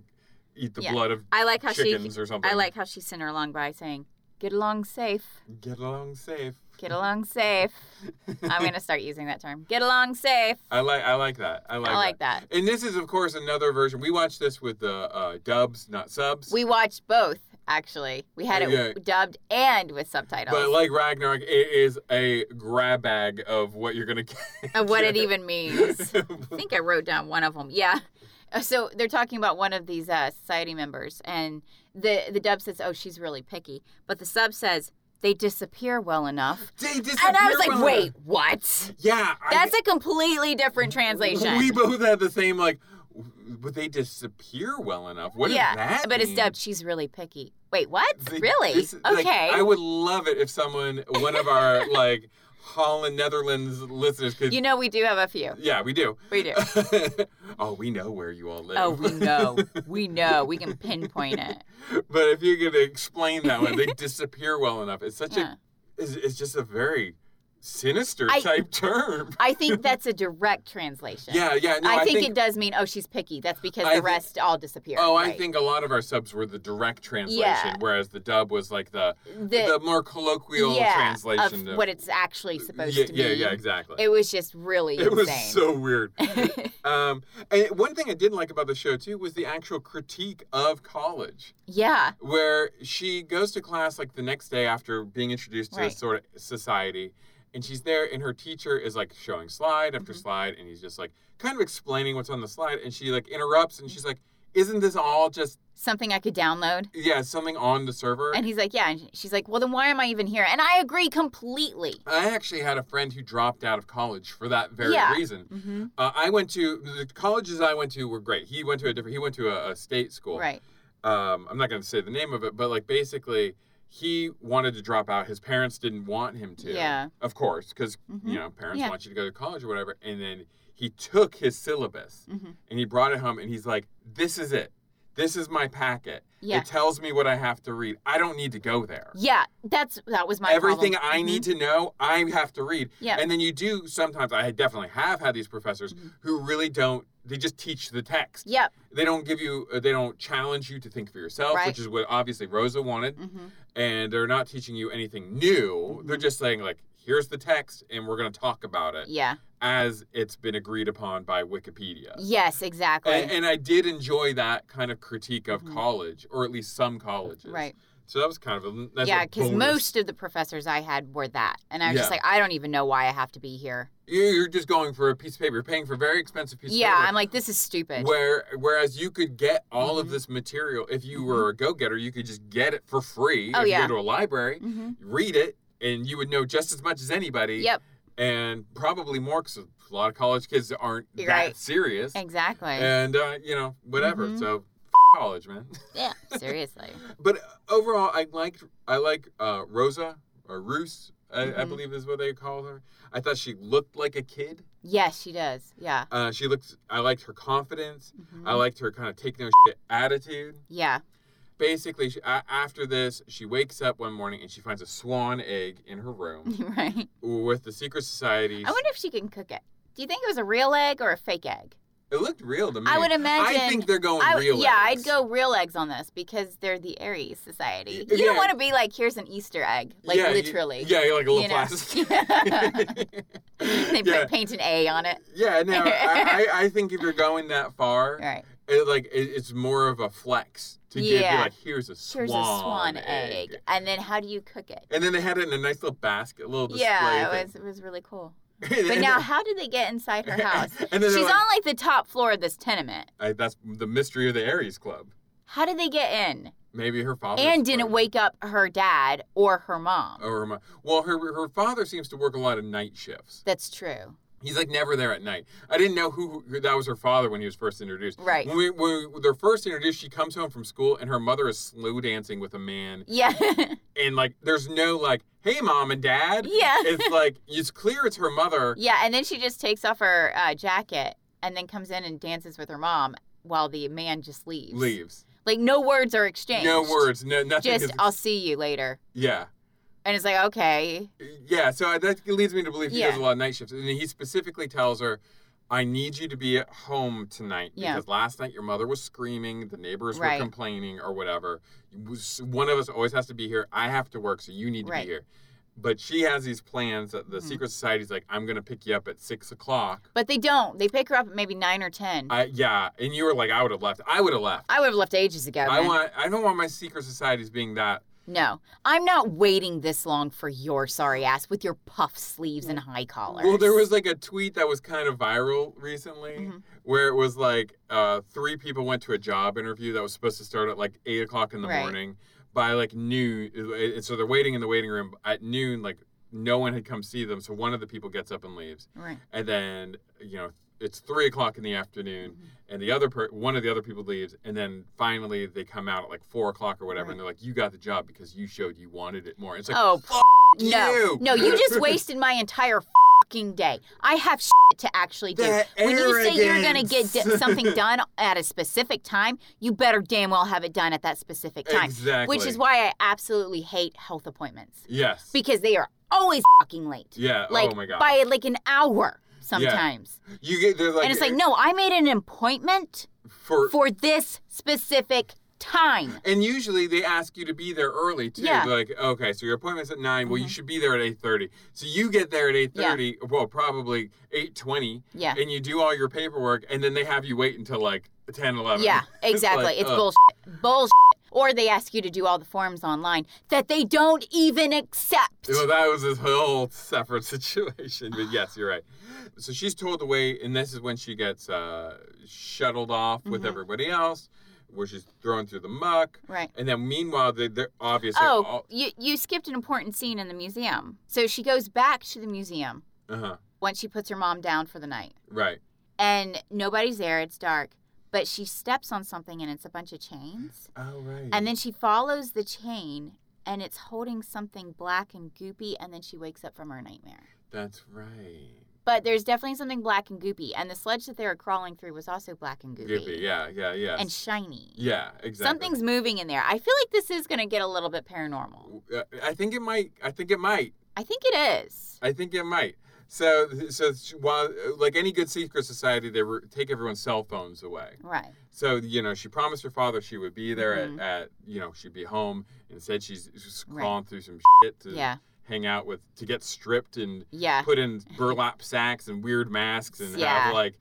Speaker 2: eat the
Speaker 1: Yeah.
Speaker 2: blood of
Speaker 1: I like how
Speaker 2: chickens
Speaker 1: she
Speaker 2: or something.
Speaker 1: I like how she sent her along by saying, Get along safe.
Speaker 2: get along safe.
Speaker 1: Get along
Speaker 2: <laughs>
Speaker 1: safe. I'm gonna start using that term. Get along safe.
Speaker 2: I like I like that. I like,
Speaker 1: I like that.
Speaker 2: that. And this is of course another version. We watched this with the uh, dubs, not subs.
Speaker 1: We watched both, actually. We had it
Speaker 2: Oh, Yeah.
Speaker 1: dubbed and with subtitles.
Speaker 2: but like Ragnarok, it is a grab bag of what you're gonna <laughs> get.
Speaker 1: of what it even means. I think I wrote down one of them. Yeah. Uh, So they're talking about one of these uh, society members, and the the dub says, "Oh, she's really picky," but the sub says they disappear well enough. <laughs>
Speaker 2: They
Speaker 1: And I was
Speaker 2: disappear
Speaker 1: like,
Speaker 2: well
Speaker 1: "Wait,
Speaker 2: enough.
Speaker 1: what?"
Speaker 2: Yeah,
Speaker 1: That's a completely different translation.
Speaker 2: We both had the same like, w- would they disappear well enough? What does
Speaker 1: yeah,
Speaker 2: that?
Speaker 1: but it's
Speaker 2: mean?
Speaker 1: dubbed. She's really picky. Wait, what?
Speaker 2: They-
Speaker 1: really?
Speaker 2: this- like,
Speaker 1: Okay.
Speaker 2: I would love it if someone, one of
Speaker 1: <laughs>
Speaker 2: our like Holland Netherlands listeners could.
Speaker 1: you know, we do have a few.
Speaker 2: yeah, we do. <laughs>
Speaker 1: We do.
Speaker 2: oh, we know where you all live.
Speaker 1: Oh, we know. We know. We can pinpoint it.
Speaker 2: <laughs> but if you could explain that one, they
Speaker 1: <laughs>
Speaker 2: disappear well enough. It's such
Speaker 1: Yeah.
Speaker 2: a, it's, it's just a very sinister
Speaker 1: I- <laughs>
Speaker 2: type term.
Speaker 1: I think that's a direct translation.
Speaker 2: Yeah, yeah. No,
Speaker 1: I,
Speaker 2: I,
Speaker 1: think, it does mean, oh, she's picky. That's because
Speaker 2: I
Speaker 1: the
Speaker 2: thi-
Speaker 1: rest all disappear.
Speaker 2: Oh, I
Speaker 1: right?
Speaker 2: think a lot of our subs were the direct translation,
Speaker 1: Yeah.
Speaker 2: whereas the dub was like the the,
Speaker 1: the,
Speaker 2: more colloquial
Speaker 1: yeah,
Speaker 2: translation
Speaker 1: of what it's actually supposed
Speaker 2: yeah,
Speaker 1: to
Speaker 2: yeah,
Speaker 1: mean.
Speaker 2: yeah, exactly.
Speaker 1: It was just really
Speaker 2: It was
Speaker 1: insane. <laughs>
Speaker 2: so weird. um, and one thing I didn't like about the show too was the actual critique of college,
Speaker 1: yeah,
Speaker 2: where she goes to class like the next day after being introduced to
Speaker 1: Right.
Speaker 2: this sort of society, and she's there, and her teacher is like showing slide after
Speaker 1: Mhm.
Speaker 2: slide, and he's just like kind of explaining what's on the slide, and she like interrupts,
Speaker 1: Mm-hmm.
Speaker 2: and she's like, "Isn't this all just
Speaker 1: something I could download.
Speaker 2: yeah something on the server?"
Speaker 1: And he's like, yeah. And she's like, well, then why am I even here? And I agree completely.
Speaker 2: I actually had a friend who dropped out of college for that very
Speaker 1: Yeah.
Speaker 2: reason.
Speaker 1: Mm-hmm.
Speaker 2: Uh, I went to the colleges I went to were great. He went to a different. He went to a, a state school.
Speaker 1: Right.
Speaker 2: Um, I'm not going to say the name of it, but like basically, he wanted to drop out. His parents didn't want him to.
Speaker 1: Yeah.
Speaker 2: Of course, because
Speaker 1: Mhm.
Speaker 2: you know parents
Speaker 1: Yeah.
Speaker 2: want you to go to college or whatever. And then he took his syllabus
Speaker 1: Mhm.
Speaker 2: and he brought it home and he's like, "This is it. This is my packet.
Speaker 1: Yeah.
Speaker 2: It tells me what I have to read. I don't need to go there."
Speaker 1: Yeah. That's that was my
Speaker 2: Everything
Speaker 1: problem.
Speaker 2: I
Speaker 1: Mhm.
Speaker 2: need to know, I have to read.
Speaker 1: Yeah.
Speaker 2: And then you do sometimes, I definitely have had these professors
Speaker 1: Mhm.
Speaker 2: who really don't, they just teach the text.
Speaker 1: Yep.
Speaker 2: They don't give you, uh, they don't challenge you to think for yourself,
Speaker 1: Right.
Speaker 2: which is what obviously Rosa wanted.
Speaker 1: hmm
Speaker 2: And they're not teaching you anything new. They're
Speaker 1: Mhm.
Speaker 2: just saying, like, here's the text and we're going to talk about it
Speaker 1: Yeah.
Speaker 2: as it's been agreed upon by Wikipedia.
Speaker 1: Yes. Exactly.
Speaker 2: And, and I did enjoy that kind of critique of
Speaker 1: Mhm.
Speaker 2: college, or at least some colleges.
Speaker 1: right.
Speaker 2: So that was kind of a that's a
Speaker 1: yeah, because
Speaker 2: bonus.
Speaker 1: most of the professors I had were that, and I was just
Speaker 2: Yeah.
Speaker 1: like, I don't even know why I have to be here.
Speaker 2: You- You're just going for a piece of paper. You're paying for a very expensive piece
Speaker 1: yeah,
Speaker 2: of
Speaker 1: I'm
Speaker 2: paper.
Speaker 1: like, this is stupid.
Speaker 2: Where whereas you could get all of
Speaker 1: Mhm.
Speaker 2: this material if you
Speaker 1: Mhm.
Speaker 2: were a go-getter, you could just get it for free
Speaker 1: Oh,
Speaker 2: if
Speaker 1: yeah.
Speaker 2: you go to a library,
Speaker 1: hmm
Speaker 2: read it, and you would know just as much as anybody.
Speaker 1: Yep,
Speaker 2: And probably more because a lot of college kids aren't
Speaker 1: You're
Speaker 2: that
Speaker 1: right.
Speaker 2: serious.
Speaker 1: exactly.
Speaker 2: And uh, you know whatever.
Speaker 1: Mhm.
Speaker 2: So f- college, man. <laughs>
Speaker 1: yeah, seriously.
Speaker 2: But uh, overall, I liked I like uh, Rosa or Roos. I, I
Speaker 1: Mhm.
Speaker 2: believe is what they call her. I thought she looked like a kid.
Speaker 1: Yes, she does. Yeah.
Speaker 2: Uh, she looked. I liked her confidence.
Speaker 1: Mhm.
Speaker 2: I liked her kind of take no shit attitude.
Speaker 1: yeah. <laughs>
Speaker 2: Basically, she, a- after this, she wakes up one morning and she finds a swan egg in
Speaker 1: <laughs>
Speaker 2: her room
Speaker 1: right.
Speaker 2: with the secret society.
Speaker 1: I wonder if she can cook it. Do you think it was a real egg or a fake egg?
Speaker 2: It looked real to me.
Speaker 1: I would imagine.
Speaker 2: I think they're going
Speaker 1: I-
Speaker 2: real.
Speaker 1: yeah,
Speaker 2: eggs.
Speaker 1: I'd go real eggs on this because they're the Aries society.
Speaker 2: Y-
Speaker 1: You don't
Speaker 2: yeah.
Speaker 1: want to be like, here's an Easter egg, like
Speaker 2: Yeah, y-
Speaker 1: literally.
Speaker 2: Yeah, like a little
Speaker 1: you know? <laughs>
Speaker 2: plastic. <laughs>
Speaker 1: they
Speaker 2: yeah.
Speaker 1: put, paint an A on it.
Speaker 2: yeah, no,
Speaker 1: <laughs>
Speaker 2: I, I, I think if you're going that far,
Speaker 1: Right.
Speaker 2: it, like it, it's more of a flex to give you
Speaker 1: Yeah.
Speaker 2: like here's a swan,
Speaker 1: Here's a swan egg. And then how do you cook it?
Speaker 2: and then they had it in a nice little basket, little display.
Speaker 1: Yeah, it
Speaker 2: thing.
Speaker 1: was it was really cool.
Speaker 2: <laughs> And
Speaker 1: But
Speaker 2: then- <laughs>
Speaker 1: now, how did they get inside her house?
Speaker 2: and then
Speaker 1: She's
Speaker 2: they're like,
Speaker 1: on like the top floor of this tenement.
Speaker 2: I, that's the mystery of the Aries Club.
Speaker 1: How did they get in?
Speaker 2: Maybe her father
Speaker 1: and didn't wake up her dad or her mom.
Speaker 2: Or my, well, her her father seems to work a lot of night shifts.
Speaker 1: That's true.
Speaker 2: He's like never there at night. I didn't know who, who that was. Her father when he was first introduced.
Speaker 1: Right.
Speaker 2: When, we, when we- they're first introduced, she comes home from school and her mother is slow dancing with a man,
Speaker 1: Yeah. <laughs>
Speaker 2: and like there's no like, hey mom and dad.
Speaker 1: Yeah.
Speaker 2: It's like it's clear it's her mother.
Speaker 1: yeah. And then she just takes off her uh, jacket and then comes in and dances with her mom while the man just <laughs> leaves.
Speaker 2: Leaves.
Speaker 1: Like no words are exchanged.
Speaker 2: No words. No nothing.
Speaker 1: Just
Speaker 2: is-
Speaker 1: I'll see you later.
Speaker 2: yeah.
Speaker 1: And it's like okay.
Speaker 2: Yeah, so I- that leads me to believe he
Speaker 1: Yeah.
Speaker 2: does a lot of night shifts. And he specifically tells her, I need you to be at home tonight
Speaker 1: Yeah.
Speaker 2: because last night your mother was screaming, the neighbors
Speaker 1: Right.
Speaker 2: were complaining, or whatever. Was- One of us always has to be here. I have to work, so you need to
Speaker 1: Right.
Speaker 2: be here. But she has these plans that the
Speaker 1: Mhm.
Speaker 2: secret society's like, I'm gonna pick you up at six o'clock.
Speaker 1: But they don't. They pick her up at maybe nine or ten. I,
Speaker 2: I, yeah, and you were like, I would have left. I would have left.
Speaker 1: would have left ages ago.
Speaker 2: I
Speaker 1: man.
Speaker 2: want. I don't want my secret societies being that.
Speaker 1: No, I'm not waiting this long for your sorry ass with your puff sleeves and high collars.
Speaker 2: Well, there was like a tweet that was kind of viral recently
Speaker 1: Mhm.
Speaker 2: where it was like uh, three people went to a job interview that was supposed to start at like eight o'clock in the
Speaker 1: Right.
Speaker 2: morning. By like noon, and so they're waiting in the waiting room at noon. Like no one had come see them, so one of the people gets up and leaves,
Speaker 1: right.
Speaker 2: and then you know it's three o'clock in the afternoon,
Speaker 1: Mm-hmm.
Speaker 2: and the other per- one of the other people leaves, and then finally they come out at like four o'clock or whatever,
Speaker 1: Right.
Speaker 2: and they're like, "You got the job because you showed you wanted it more." It's like,
Speaker 1: oh,
Speaker 2: "Fuck
Speaker 1: p- no,
Speaker 2: you.
Speaker 1: no, you just wasted my entire fucking day. I have shit to actually do.
Speaker 2: The
Speaker 1: when you say you're gonna get d-
Speaker 2: arrogance. <laughs>
Speaker 1: something done at a specific time, you better damn well have it done at that specific time.
Speaker 2: exactly,"
Speaker 1: Which is why I absolutely hate health appointments
Speaker 2: Yes.
Speaker 1: because they are always fucking late.
Speaker 2: Yeah.
Speaker 1: Like
Speaker 2: oh my god.
Speaker 1: by like an hour sometimes.
Speaker 2: you get there's like uh,
Speaker 1: and it's like, no, I made an appointment
Speaker 2: for,
Speaker 1: for this specific
Speaker 2: <laughs>
Speaker 1: time.
Speaker 2: and usually they ask you to be there early too.
Speaker 1: Yeah. Mm-hmm.
Speaker 2: They're like, okay, so your appointment's at 9 Well, you should be there at eight thirty. So you get there at eight thirty. Well, probably eight twenty.
Speaker 1: Yeah.
Speaker 2: And you do all your paperwork, and then they have you wait until like 10, 11. <laughs>
Speaker 1: Yeah,
Speaker 2: It's
Speaker 1: exactly.
Speaker 2: like, uh,
Speaker 1: it's
Speaker 2: ugh.
Speaker 1: bullshit. Bullshit. Or they ask you to do all the forms online that they don't even accept.
Speaker 2: Well, that was this whole separate <laughs> situation. But yes, you're right. So she's told the way, and this is when she gets uh, shuttled off with
Speaker 1: Mhm.
Speaker 2: everybody else, where she's thrown through the muck. <laughs>
Speaker 1: Right.
Speaker 2: And then meanwhile, they, they're obviously
Speaker 1: Oh,
Speaker 2: all.
Speaker 1: you, you skipped an important scene in the museum. So she goes back to the museum
Speaker 2: Uh huh.
Speaker 1: once she puts her mom down for the night.
Speaker 2: Right.
Speaker 1: And nobody's there, it's dark. But she steps on something and it's a bunch of chains.
Speaker 2: Oh, right.
Speaker 1: And then she follows the chain and it's holding something black and goopy. And then she wakes up from her nightmare.
Speaker 2: That's right.
Speaker 1: But there's definitely something black and goopy, and the sledge that they were crawling through was also black and goopy,
Speaker 2: Goopy. Yeah, yeah, yeah.
Speaker 1: and shiny.
Speaker 2: yeah, exactly.
Speaker 1: Something's moving in there. I feel like this is gonna get a little bit paranormal.
Speaker 2: Uh, I think it might. I think it might.
Speaker 1: I think it is.
Speaker 2: I think it might. So, so she- while uh, like any good secret society, they re- take everyone's cell phones away.
Speaker 1: Right.
Speaker 2: So you know, she promised her father she would be there
Speaker 1: Mhm.
Speaker 2: at, at you know she'd be home. Instead, she's just
Speaker 1: Right.
Speaker 2: crawling through some shit to
Speaker 1: Yeah.
Speaker 2: hang out with to get stripped and
Speaker 1: Yeah. <laughs>
Speaker 2: put in burlap sacks and weird masks and
Speaker 1: Yeah.
Speaker 2: have like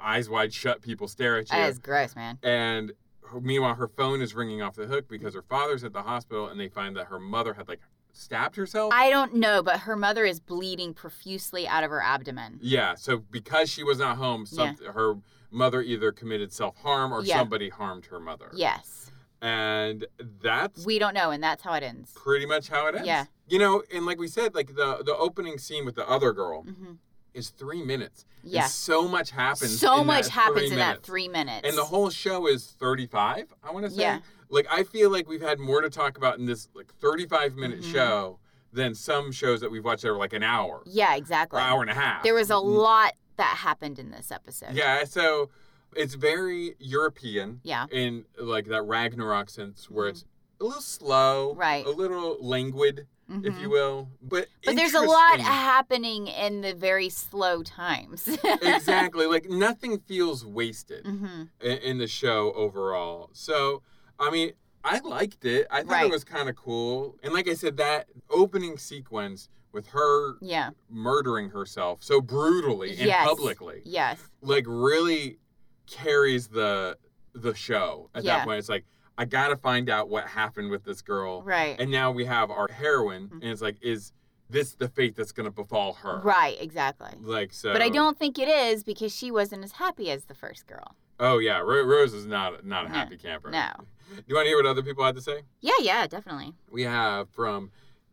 Speaker 2: eyes wide shut people stare at you.
Speaker 1: That is gross, man.
Speaker 2: And her- meanwhile, her phone is ringing off the hook because her father's at the hospital, and they find that her mother had like stabbed herself.
Speaker 1: I don't know, but her mother is bleeding profusely out of her abdomen.
Speaker 2: yeah. So because she was not home, some, her mother either committed self harm or
Speaker 1: Yeah.
Speaker 2: somebody harmed her mother.
Speaker 1: Yes.
Speaker 2: And that's
Speaker 1: We don't know, and that's how it ends.
Speaker 2: pretty much how it ends.
Speaker 1: Yeah.
Speaker 2: You know, and like we said, like the the opening scene with the other girl
Speaker 1: Mm-hmm.
Speaker 2: is three minutes. And
Speaker 1: Yeah.
Speaker 2: so much happens.
Speaker 1: So
Speaker 2: in
Speaker 1: much
Speaker 2: that
Speaker 1: happens
Speaker 2: three
Speaker 1: in that
Speaker 2: minutes.
Speaker 1: three minutes.
Speaker 2: And the whole show is 35, I want to say.
Speaker 1: Yeah.
Speaker 2: Like, I feel like we've had more to talk about in this, like, 35 minute
Speaker 1: Mhm.
Speaker 2: show than some shows that we've watched that were like an hour,
Speaker 1: Yeah,
Speaker 2: or
Speaker 1: exactly.
Speaker 2: hour and a half.
Speaker 1: There was a
Speaker 2: Mm.
Speaker 1: lot that happened in this episode.
Speaker 2: Yeah, so it's very European
Speaker 1: Yeah. Mm-hmm.
Speaker 2: in, like, that Ragnarok sense where it's a little slow,
Speaker 1: Right.
Speaker 2: a little languid, if
Speaker 1: Mhm.
Speaker 2: you will. But,
Speaker 1: But there's a lot
Speaker 2: interesting.
Speaker 1: <laughs> happening in the very slow times. <laughs>
Speaker 2: exactly. Like, nothing feels wasted.
Speaker 1: hmm
Speaker 2: in, in the show overall. So, I mean, I liked it. I thought
Speaker 1: Right.
Speaker 2: it was kind of cool. And like I said, that opening sequence with her
Speaker 1: Yeah.
Speaker 2: murdering herself so brutally and
Speaker 1: Yes.
Speaker 2: publicly,
Speaker 1: Yes.
Speaker 2: like really carries the the show at
Speaker 1: Yeah.
Speaker 2: that point. It's like I gotta find out what happened with this girl,
Speaker 1: Right.
Speaker 2: and now we have our heroine,
Speaker 1: Mhm.
Speaker 2: and it's like, is this the fate that's gonna befall her?
Speaker 1: Right. Exactly.
Speaker 2: Like so,
Speaker 1: But I don't think it is because she wasn't as happy as the first girl.
Speaker 2: Oh yeah, Ro- Rose is not not a
Speaker 1: No.
Speaker 2: happy camper.
Speaker 1: No.
Speaker 2: Do you want to hear what other people had to say?
Speaker 1: Yeah, yeah, definitely.
Speaker 2: We have from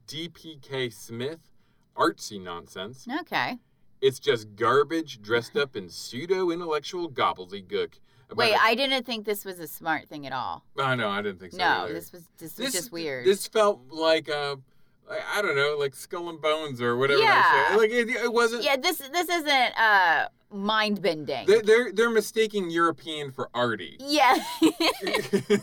Speaker 2: DPK Smith, artsy nonsense.
Speaker 1: Okay.
Speaker 2: It's just garbage dressed up in pseudo intellectual gobbledygook. about
Speaker 1: Wait,
Speaker 2: a-
Speaker 1: I didn't think this was a smart thing at all.
Speaker 2: Oh, no, I didn't think so.
Speaker 1: No,
Speaker 2: either.
Speaker 1: this was this was just weird.
Speaker 2: This felt like uh, I I don't know, like Skull and Bones or whatever.
Speaker 1: Yeah.
Speaker 2: Yeah. Like it, it wasn't.
Speaker 1: yeah, this this isn't uh mind bending.
Speaker 2: They're, they're they're mistaking European for arty. <laughs>
Speaker 1: yeah. <laughs>
Speaker 2: yeah,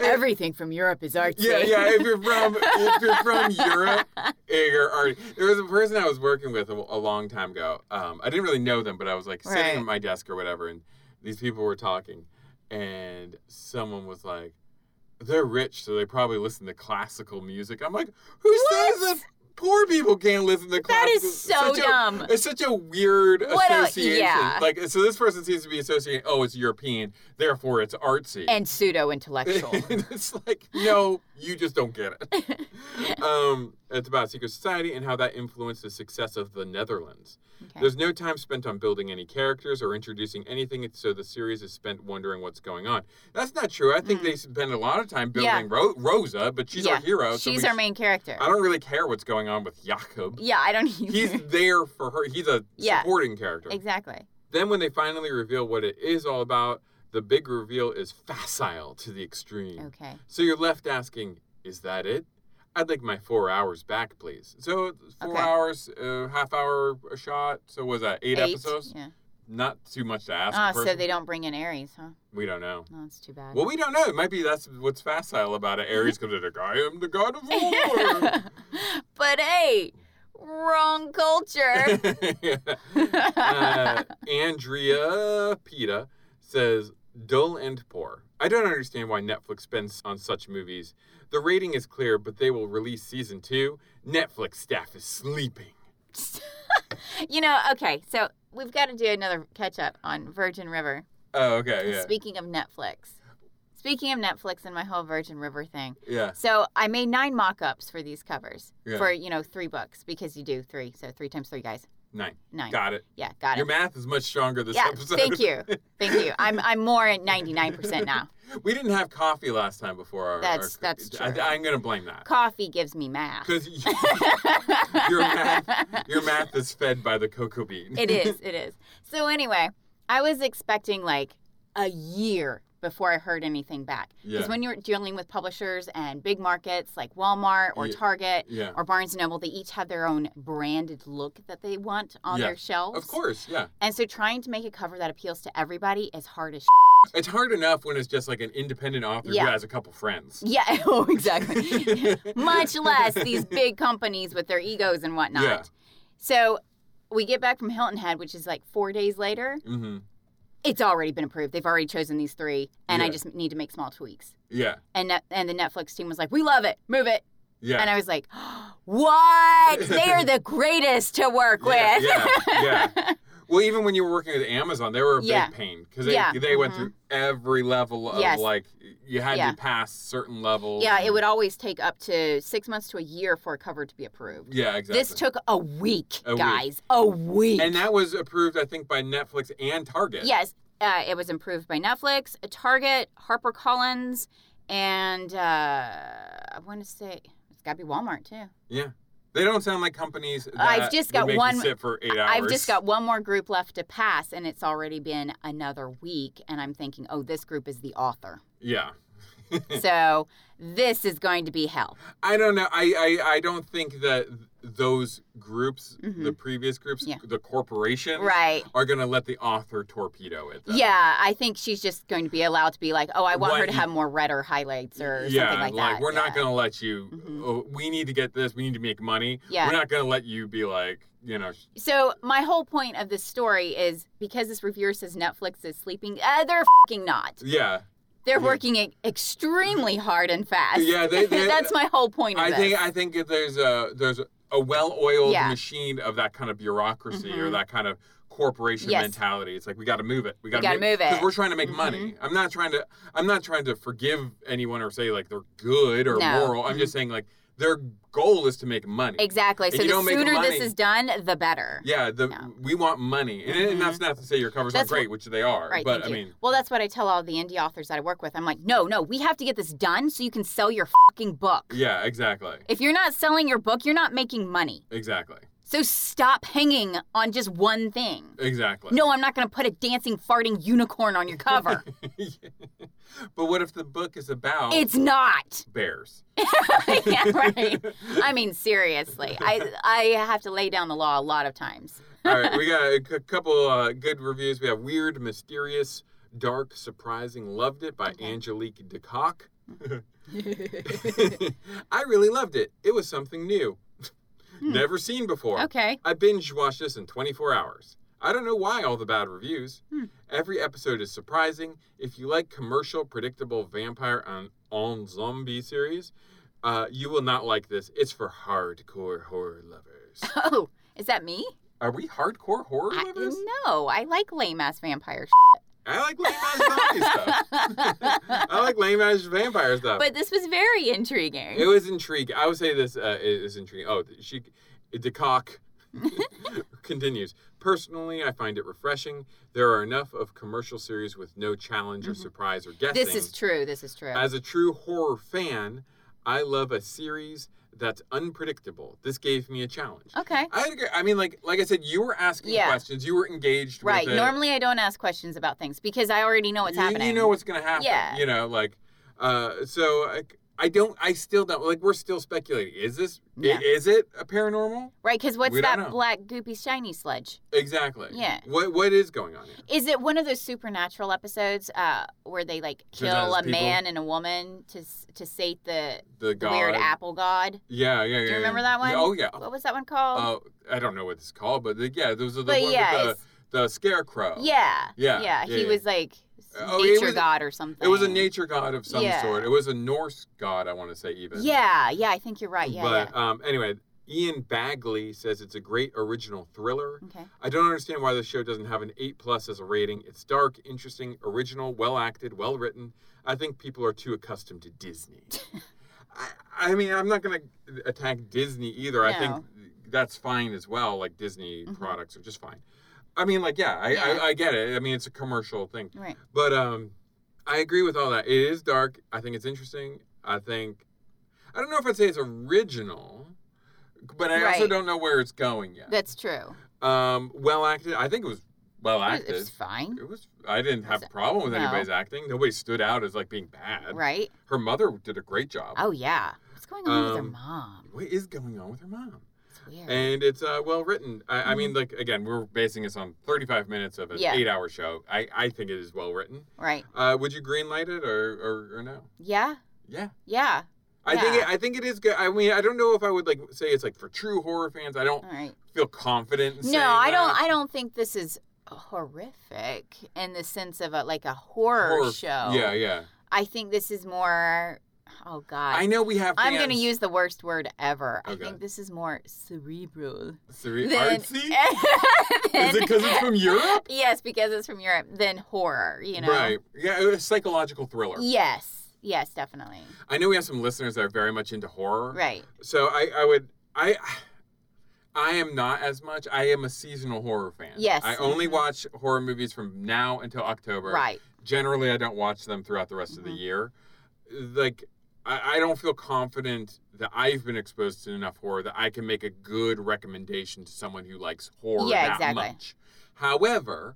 Speaker 1: Everything from Europe is artsy.
Speaker 2: yeah. If you're from if you're
Speaker 1: <laughs>
Speaker 2: from Europe, eh, you're arty. There was a person I was working with a, a long time ago. Um, I didn't really know them, but I was like
Speaker 1: Right.
Speaker 2: sitting at my desk or whatever, and these people were talking, and someone was like, "They're rich, so they probably listen to classical music." I'm like, "Who
Speaker 1: What?
Speaker 2: says that poor people can't listen to
Speaker 1: That
Speaker 2: classical?"
Speaker 1: is so
Speaker 2: Such a-
Speaker 1: dumb.
Speaker 2: It's such a weird
Speaker 1: What a-
Speaker 2: association.
Speaker 1: yeah.
Speaker 2: Like, so this person seems to be associating, oh, it's European, therefore it's artsy.
Speaker 1: <laughs> and pseudo
Speaker 2: <laughs>
Speaker 1: intellectual.
Speaker 2: And it's like, no, you just don't get
Speaker 1: <laughs>
Speaker 2: it. um, it's about secret society and how that influenced the success of the Netherlands.
Speaker 1: okay.
Speaker 2: There's no time spent on building any characters or introducing anything, so the series is spent wondering what's going on. That's not true. I think
Speaker 1: Mm.
Speaker 2: they spend a lot of time building
Speaker 1: Yeah.
Speaker 2: Ro- Rosa, but she's
Speaker 1: yeah.
Speaker 2: our hero. so
Speaker 1: She's
Speaker 2: we
Speaker 1: our
Speaker 2: sh-
Speaker 1: main character.
Speaker 2: I don't really care what's going on with
Speaker 1: <laughs>
Speaker 2: Jakob.
Speaker 1: yeah, I don't
Speaker 2: He's
Speaker 1: either.
Speaker 2: there for her. He's a
Speaker 1: Yeah.
Speaker 2: supporting character.
Speaker 1: exactly.
Speaker 2: Then when they finally reveal what it is all about, the big reveal is facile to the extreme.
Speaker 1: Okay.
Speaker 2: So you're left asking, is that it? I'd like my four hours back, please. So four
Speaker 1: Okay.
Speaker 2: hours, uh, half hour a shot. So was that eight, episodes?
Speaker 1: Yeah.
Speaker 2: Not too much to ask. a
Speaker 1: Ah, so
Speaker 2: person.
Speaker 1: they don't bring in Aries, huh?
Speaker 2: we don't know.
Speaker 1: No, it's too bad.
Speaker 2: Well, we don't know. It might be that's what's facile about it. Aries comes in like, I am the god of war.
Speaker 1: <laughs>
Speaker 2: <laughs>
Speaker 1: but hey, wrong
Speaker 2: <laughs>
Speaker 1: culture.
Speaker 2: uh, Andrea Pita says, dull and poor. I don't understand why Netflix spends on such movies. The rating is clear, but they will release season two. Netflix staff is sleeping.
Speaker 1: <laughs> you know, okay, so we've got to do another catch up on Virgin River.
Speaker 2: Oh, okay, yeah.
Speaker 1: Speaking of Netflix. Speaking of Netflix and my whole Virgin River thing.
Speaker 2: yeah.
Speaker 1: So I made nine mock ups for these covers
Speaker 2: Yeah.
Speaker 1: for, you know, three books because you do three. So three times three, guys.
Speaker 2: Nine.
Speaker 1: Nine.
Speaker 2: Got it.
Speaker 1: Yeah, got
Speaker 2: Your
Speaker 1: it.
Speaker 2: math is much stronger this
Speaker 1: Yeah,
Speaker 2: episode.
Speaker 1: thank you. Thank you. I'm, I'm more at 99% now.
Speaker 2: <laughs> We didn't have coffee last time before our.
Speaker 1: That's-
Speaker 2: our-
Speaker 1: that's
Speaker 2: I,
Speaker 1: true.
Speaker 2: I'm going to blame that.
Speaker 1: Coffee gives me math. <laughs>
Speaker 2: Because <laughs> your, math, your math is fed by the cocoa bean.
Speaker 1: It is. It is. So anyway, I was expecting like a year before I heard anything back. Because
Speaker 2: Yeah.
Speaker 1: when you're dealing with publishers and big markets like Walmart or
Speaker 2: Yeah.
Speaker 1: Target
Speaker 2: Yeah.
Speaker 1: or Barnes and Noble, they each have their own branded look that they want on
Speaker 2: Yeah.
Speaker 1: their shelves.
Speaker 2: Of course, yeah.
Speaker 1: And so trying to make a cover that appeals to everybody is hard
Speaker 2: <laughs>
Speaker 1: as
Speaker 2: It's hard enough when it's just like an independent author
Speaker 1: Yeah.
Speaker 2: who has a
Speaker 1: <laughs>
Speaker 2: couple friends.
Speaker 1: Yeah,
Speaker 2: <laughs>
Speaker 1: oh, <laughs> exactly. Much less these big companies with their egos and whatnot.
Speaker 2: Yeah.
Speaker 1: So we get back from Hilton Head, which is like four days later.
Speaker 2: hmm
Speaker 1: it's already been approved. They've already chosen these three, and I
Speaker 2: Yeah.
Speaker 1: just need to make small tweaks.
Speaker 2: Yeah.
Speaker 1: And Net- and the Netflix team was like, "We love it, move it."
Speaker 2: Yeah.
Speaker 1: And I was like, <gasps> "What? they are the greatest to work
Speaker 2: yeah,
Speaker 1: with."
Speaker 2: yeah, yeah. <laughs> Well, even when you were working with Amazon, they were a
Speaker 1: Yeah.
Speaker 2: big pain because they,
Speaker 1: Yeah,
Speaker 2: they went
Speaker 1: mhm.
Speaker 2: through every level of
Speaker 1: Yes.
Speaker 2: like you had
Speaker 1: Yeah.
Speaker 2: to pass certain levels.
Speaker 1: <laughs> Yeah, it
Speaker 2: and-
Speaker 1: would always take up to six months to a year for a cover to be approved.
Speaker 2: Yeah, exactly.
Speaker 1: This took a week,
Speaker 2: A week.
Speaker 1: guys, a week.
Speaker 2: and that was approved, I think, by Netflix and Target.
Speaker 1: yes, uh, it was improved by Netflix, uh, Target, HarperCollins, and uh, I want to say it's got to be Walmart too.
Speaker 2: Yeah. They don't sound like companies. That
Speaker 1: I've just
Speaker 2: would
Speaker 1: got
Speaker 2: make you
Speaker 1: one-
Speaker 2: sit for eight hours.
Speaker 1: I've just got one more group left to pass, and it's already been another week. And I'm thinking, oh, this group is the
Speaker 2: <laughs>
Speaker 1: author.
Speaker 2: Yeah.
Speaker 1: so this is going to be hell.
Speaker 2: I don't know. I, I, I don't think that th- those groups,
Speaker 1: Mhm.
Speaker 2: the previous groups,
Speaker 1: Yeah.
Speaker 2: the corporation,
Speaker 1: Right.
Speaker 2: are going to let the author torpedo it. though.
Speaker 1: Yeah, I think she's just going to be allowed to be like, oh, I want her
Speaker 2: What
Speaker 1: to
Speaker 2: you-
Speaker 1: have more red or highlights or
Speaker 2: yeah,
Speaker 1: something like, that.
Speaker 2: we're not
Speaker 1: Yeah.
Speaker 2: going to let you.
Speaker 1: Mhm.
Speaker 2: Oh, we need to get this. We need to make money.
Speaker 1: Yeah.
Speaker 2: We're not going to let you be like, you know, sh-
Speaker 1: So my whole point of this story is because this reviewer says Netflix is sleeping, uh, they're fing not.
Speaker 2: yeah.
Speaker 1: They're
Speaker 2: Yeah.
Speaker 1: working e- extremely hard and fast. <laughs>
Speaker 2: Yeah, they- they-
Speaker 1: that's my whole point. Of
Speaker 2: I
Speaker 1: this.
Speaker 2: think I think if there's a there's a well-oiled
Speaker 1: Yeah.
Speaker 2: machine of that kind of bureaucracy or
Speaker 1: Mhm.
Speaker 2: that kind of corporation
Speaker 1: Yes.
Speaker 2: mentality. It's like we got to move it. We got
Speaker 1: gotta move it. Mm-hmm.
Speaker 2: because we're trying to make money. I'm not trying to I'm not trying to forgive anyone or say like they're good or
Speaker 1: No.
Speaker 2: moral. I'm
Speaker 1: Mhm.
Speaker 2: just saying like Their goal is to make money.
Speaker 1: Exactly.
Speaker 2: If
Speaker 1: So
Speaker 2: you
Speaker 1: the
Speaker 2: don't make
Speaker 1: sooner
Speaker 2: money-
Speaker 1: this is done, the better.
Speaker 2: Yeah, the
Speaker 1: Yeah.
Speaker 2: we want money, and, and that's not to say your covers
Speaker 1: Mm-hmm. That's
Speaker 2: are great, which they are.
Speaker 1: Right.
Speaker 2: but I
Speaker 1: thank you.
Speaker 2: mean,
Speaker 1: well, that's what I tell all the indie authors that I work with. I'm like, no, no, we have to get this done so you can sell your fucking book.
Speaker 2: yeah, exactly,
Speaker 1: If you're not selling your book, you're not making money.
Speaker 2: exactly,
Speaker 1: So stop hanging on just one thing.
Speaker 2: exactly. <laughs>
Speaker 1: No, I'm not going to put a dancing, farting unicorn on your cover.
Speaker 2: but what if the book is about
Speaker 1: it's not.
Speaker 2: bears?
Speaker 1: <laughs> yeah, right. I mean, seriously, I I have to lay down the law a lot of
Speaker 2: <laughs>
Speaker 1: times.
Speaker 2: All right, we got a c- couple uh, good reviews. We have Weird, Mysterious, Dark, Surprising, Loved It by
Speaker 1: Okay.
Speaker 2: Angelique DeCock. <laughs> I really loved it. It was something new,
Speaker 1: Hmm.
Speaker 2: never seen before.
Speaker 1: okay.
Speaker 2: I binge watched this in 24 hours. I don't know why all the bad reviews.
Speaker 1: Hmm.
Speaker 2: Every episode is surprising. If you like commercial, predictable vampire on, on zombie series, uh, you will not like this. It's for hardcore horror lovers.
Speaker 1: <laughs> Oh, is that me?
Speaker 2: Are we hardcore horror
Speaker 1: I,
Speaker 2: lovers?
Speaker 1: no, I like lame ass vampire.
Speaker 2: I like lame ass zombie stuff. <laughs> I like lame ass vampire
Speaker 1: <laughs>
Speaker 2: stuff.
Speaker 1: But this was very intriguing.
Speaker 2: it was intriguing. I would say this uh, is intriguing. Oh, she,
Speaker 1: <laughs>
Speaker 2: Decock continues. Personally, I find it refreshing. There are enough of commercial series with no challenge or
Speaker 1: Mhm.
Speaker 2: surprise or guessing.
Speaker 1: this is true. This is true.
Speaker 2: As a true horror fan, I love a series that's unpredictable. This gave me a challenge.
Speaker 1: okay.
Speaker 2: I agree. I mean, like like I said, you were asking
Speaker 1: Oh. Yeah.
Speaker 2: questions. You were engaged.
Speaker 1: Right.
Speaker 2: With it.
Speaker 1: Normally, I don't ask questions about things because I already know what's
Speaker 2: you,
Speaker 1: happening.
Speaker 2: You know what's gonna happen.
Speaker 1: Yeah.
Speaker 2: You know, like, uh, so like, I don't. I still don't. Like, we're still speculating. Is this? i-
Speaker 1: Yeah.
Speaker 2: Is it a paranormal?
Speaker 1: right? Because what's
Speaker 2: We don't
Speaker 1: that
Speaker 2: know.
Speaker 1: black goopy shiny sludge?
Speaker 2: Exactly.
Speaker 1: Yeah.
Speaker 2: What What is going on here?
Speaker 1: Is it one of those supernatural episodes uh, where they like
Speaker 2: Turns out
Speaker 1: kill
Speaker 2: it's
Speaker 1: a
Speaker 2: people.
Speaker 1: man and a woman to s- to sate the
Speaker 2: The god.
Speaker 1: weird apple god?
Speaker 2: Yeah, yeah, yeah. Do
Speaker 1: you remember that one?
Speaker 2: Oh yeah.
Speaker 1: What was that one called?
Speaker 2: Uh, I don't know what it's called, but the, yeah, those are the
Speaker 1: but
Speaker 2: one
Speaker 1: yeah,
Speaker 2: with
Speaker 1: it's-
Speaker 2: the, the scarecrow.
Speaker 1: yeah,
Speaker 2: Yeah,
Speaker 1: yeah.
Speaker 2: yeah,
Speaker 1: He
Speaker 2: yeah.
Speaker 1: was like s-
Speaker 2: Oh, it
Speaker 1: nature
Speaker 2: was-
Speaker 1: god or something.
Speaker 2: It was a nature god of some
Speaker 1: Yeah.
Speaker 2: sort. It was a Norse god, I want to say even.
Speaker 1: Yeah, yeah. I think you're right. Yeah,
Speaker 2: but um, anyway, Ian Bagley says it's a great original thriller.
Speaker 1: yeah. Okay.
Speaker 2: I don't understand why this show doesn't have an 8 plus as a rating. It's dark, interesting, original, well acted, well written. I think people are too accustomed to
Speaker 1: <laughs>
Speaker 2: Disney. I, I mean, I'm not going to attack Disney either. I think
Speaker 1: No.
Speaker 2: that's fine as well. Like, Disney
Speaker 1: Mhm.
Speaker 2: products are just fine. I mean, like, yeah, I,
Speaker 1: Yeah.
Speaker 2: I, I get it. I mean, it's a commercial thing.
Speaker 1: Right.
Speaker 2: But um, I agree with all that. It is dark. I think it's interesting. I think I don't know if I'd say it's original, but I also
Speaker 1: Right.
Speaker 2: don't know where it's going yet.
Speaker 1: That's true.
Speaker 2: um, well acted. I think it was well
Speaker 1: It was-
Speaker 2: acted.
Speaker 1: It was fine,
Speaker 2: It was. I didn't have a
Speaker 1: Was-
Speaker 2: problem with
Speaker 1: no.
Speaker 2: anybody's acting. Nobody stood out as like being bad.
Speaker 1: right?
Speaker 2: Her mother did a great job.
Speaker 1: Oh yeah. What's going on with her
Speaker 2: Um,
Speaker 1: mom?
Speaker 2: What is going on with her mom?
Speaker 1: It's weird.
Speaker 2: And it's uh, well written. I, I mean, like again, we're basing this on 35 minutes of an
Speaker 1: Mm-hmm. Yeah.
Speaker 2: eight-hour show. I, I think it is well written.
Speaker 1: right.
Speaker 2: Uh, would you greenlight it or, or or no?
Speaker 1: Yeah.
Speaker 2: Yeah.
Speaker 1: Yeah.
Speaker 2: I think
Speaker 1: Yeah.
Speaker 2: it, I think it is good. I mean, I don't know if I would like say it's like for true horror fans. I don't
Speaker 1: All right.
Speaker 2: feel confident. In saying
Speaker 1: Uh.
Speaker 2: uh,
Speaker 1: No, I don't.
Speaker 2: that.
Speaker 1: I don't think this is horrific in the sense of a, like a horror,
Speaker 2: Horror-
Speaker 1: show.
Speaker 2: Yeah, yeah.
Speaker 1: I think this is more. Oh God.
Speaker 2: I know we have.
Speaker 1: I'm gonna
Speaker 2: fans-
Speaker 1: use the worst word ever.
Speaker 2: Okay.
Speaker 1: I think this is more cerebral.
Speaker 2: Siri-
Speaker 1: <laughs> than-
Speaker 2: artsy. is
Speaker 1: than-
Speaker 2: it
Speaker 1: <laughs>
Speaker 2: because it's from Europe?
Speaker 1: Yes, because it's from Europe. Than horror, you know.
Speaker 2: Right. Yeah, it was a psychological thriller.
Speaker 1: Yes. Yes, definitely.
Speaker 2: I know we have some listeners that are very much into horror.
Speaker 1: Right.
Speaker 2: So I, I would I I am not as much. I am a seasonal horror fan.
Speaker 1: Yes.
Speaker 2: I only
Speaker 1: Mhm.
Speaker 2: watch horror movies from now until October.
Speaker 1: Right.
Speaker 2: generally I don't watch them throughout the rest of the
Speaker 1: Mhm.
Speaker 2: year. Like I, I don't feel confident that I've been exposed to enough horror that I can make a good recommendation to someone who likes horror
Speaker 1: Yeah,
Speaker 2: that
Speaker 1: exactly.
Speaker 2: much. However,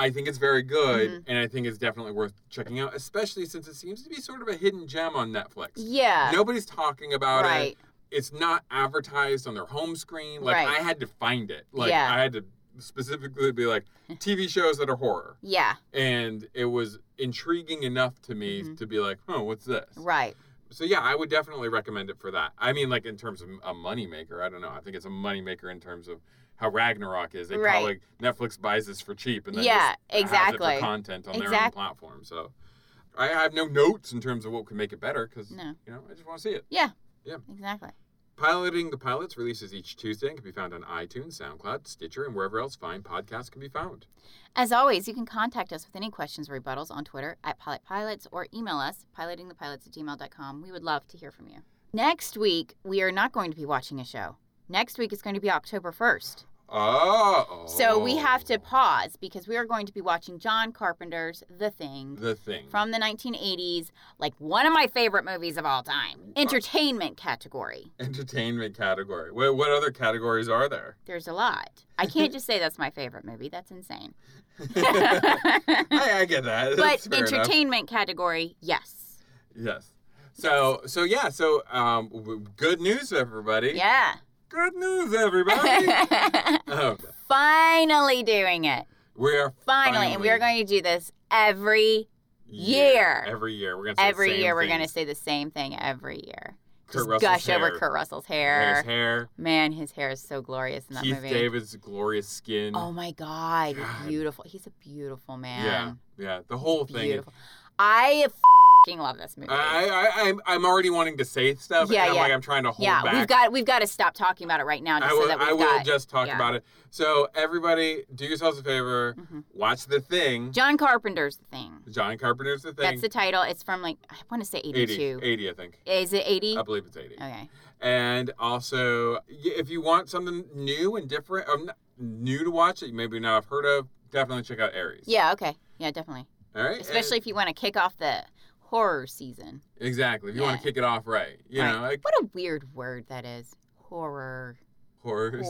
Speaker 2: I think it's very good
Speaker 1: Mhm.
Speaker 2: and I think it's definitely worth checking out, especially since it seems to be sort of a hidden gem on Netflix.
Speaker 1: Yeah.
Speaker 2: Nobody's talking about
Speaker 1: right.
Speaker 2: it. It's not advertised on their home screen. Like
Speaker 1: Right.
Speaker 2: I had to find it. Like
Speaker 1: Yeah.
Speaker 2: I had to specifically be like TV shows that are horror
Speaker 1: Yeah.
Speaker 2: and it was intriguing enough to me
Speaker 1: Mhm.
Speaker 2: to be like, "Oh, what's this?"
Speaker 1: Right.
Speaker 2: So yeah, I would definitely recommend it for that. I mean, like in terms of a moneymaker, I don't know. I think it's a moneymaker in terms of how Ragnarok is. They
Speaker 1: Right.
Speaker 2: probably Netflix buys this for cheap and then
Speaker 1: Yeah.
Speaker 2: just has it for
Speaker 1: Exactly.
Speaker 2: content on their own
Speaker 1: Exact-
Speaker 2: platform. So I have no notes in terms of what could make it better because
Speaker 1: No.
Speaker 2: you know I just want to see it.
Speaker 1: Exactly.
Speaker 2: Piloting the Pilots releases each Tuesday and can be found on iTunes, SoundCloud, Stitcher, and wherever else fine podcasts can be found.
Speaker 1: As always, you can contact us with any questions or rebuttals on Twitter at Pilot Pilots or email us, pilotingthepilots at gmail.com. We would love to hear from you. Next week, we are not going to be watching a show. Next week is going to be October 1st.
Speaker 2: Oh.
Speaker 1: So we have to pause because we are going to be watching John Carpenter's The Thing
Speaker 2: The thing.
Speaker 1: from the 1980s, like one of my favorite movies of all
Speaker 2: <laughs>
Speaker 1: time. Entertainment category.
Speaker 2: Entertainment category. Wait, what other categories
Speaker 1: <laughs>
Speaker 2: are there?
Speaker 1: There's a lot. I can't just say that's my favorite movie. That's
Speaker 2: <laughs>
Speaker 1: insane. <laughs>
Speaker 2: I, I get that. That's
Speaker 1: but
Speaker 2: fair enough.
Speaker 1: entertainment category, yes.
Speaker 2: Yes. So so yeah. So um, w- good news, everybody.
Speaker 1: Yeah.
Speaker 2: Good news,
Speaker 1: <laughs>
Speaker 2: everybody. oh,
Speaker 1: Finally doing it.
Speaker 2: we are
Speaker 1: Finally. And we are going to do this every year.
Speaker 2: Every year. We're gonna. Say the
Speaker 1: every
Speaker 2: same
Speaker 1: yeir we're
Speaker 2: thing.
Speaker 1: going to say the same thing every year.
Speaker 2: Kurt
Speaker 1: Just
Speaker 2: Russell's
Speaker 1: gush
Speaker 2: hair.
Speaker 1: over Kurt Russell's
Speaker 2: Hair's
Speaker 1: hair.
Speaker 2: hair.
Speaker 1: Man, his hair is so glorious in that
Speaker 2: Keith
Speaker 1: movie.
Speaker 2: David's glorious skin.
Speaker 1: Oh my god,
Speaker 2: God.
Speaker 1: beautiful. He's a beautiful man.
Speaker 2: yeah. Yeah. The whole thing.
Speaker 1: Beautiful. I fing love this movie.
Speaker 2: I, I, I'm, I'm already wanting to say stuff.
Speaker 1: Yeah,
Speaker 2: and I'm
Speaker 1: yeah.
Speaker 2: like, I'm trying to hold
Speaker 1: yeah,
Speaker 2: back.
Speaker 1: we've got we've got to stop talking about it right now just
Speaker 2: I will,
Speaker 1: so that we've
Speaker 2: I will
Speaker 1: got
Speaker 2: just talk
Speaker 1: yeah.
Speaker 2: about it. So, everybody, do yourselves a favor.
Speaker 1: Mhm.
Speaker 2: Watch The Thing.
Speaker 1: John Carpenter's the thing.
Speaker 2: John Carpenter's The Thing.
Speaker 1: That's the title. It's from like I want to say 82.
Speaker 2: 80, 80, I think.
Speaker 1: Is it 80?
Speaker 2: I believe it's 80.
Speaker 1: Okay.
Speaker 2: And also, y- if you want something new and different, um, new to watch that you maybe not have heard of, definitely check out Aries.
Speaker 1: Yeah, okay. Yeah, definitely.
Speaker 2: All right.
Speaker 1: Especially if you want to kick off the horror season.
Speaker 2: And- exactly. If you want
Speaker 1: Yeah.
Speaker 2: to kick it off right, you
Speaker 1: Right.
Speaker 2: know, like
Speaker 1: What a weird word that is. Horror.
Speaker 2: horrors.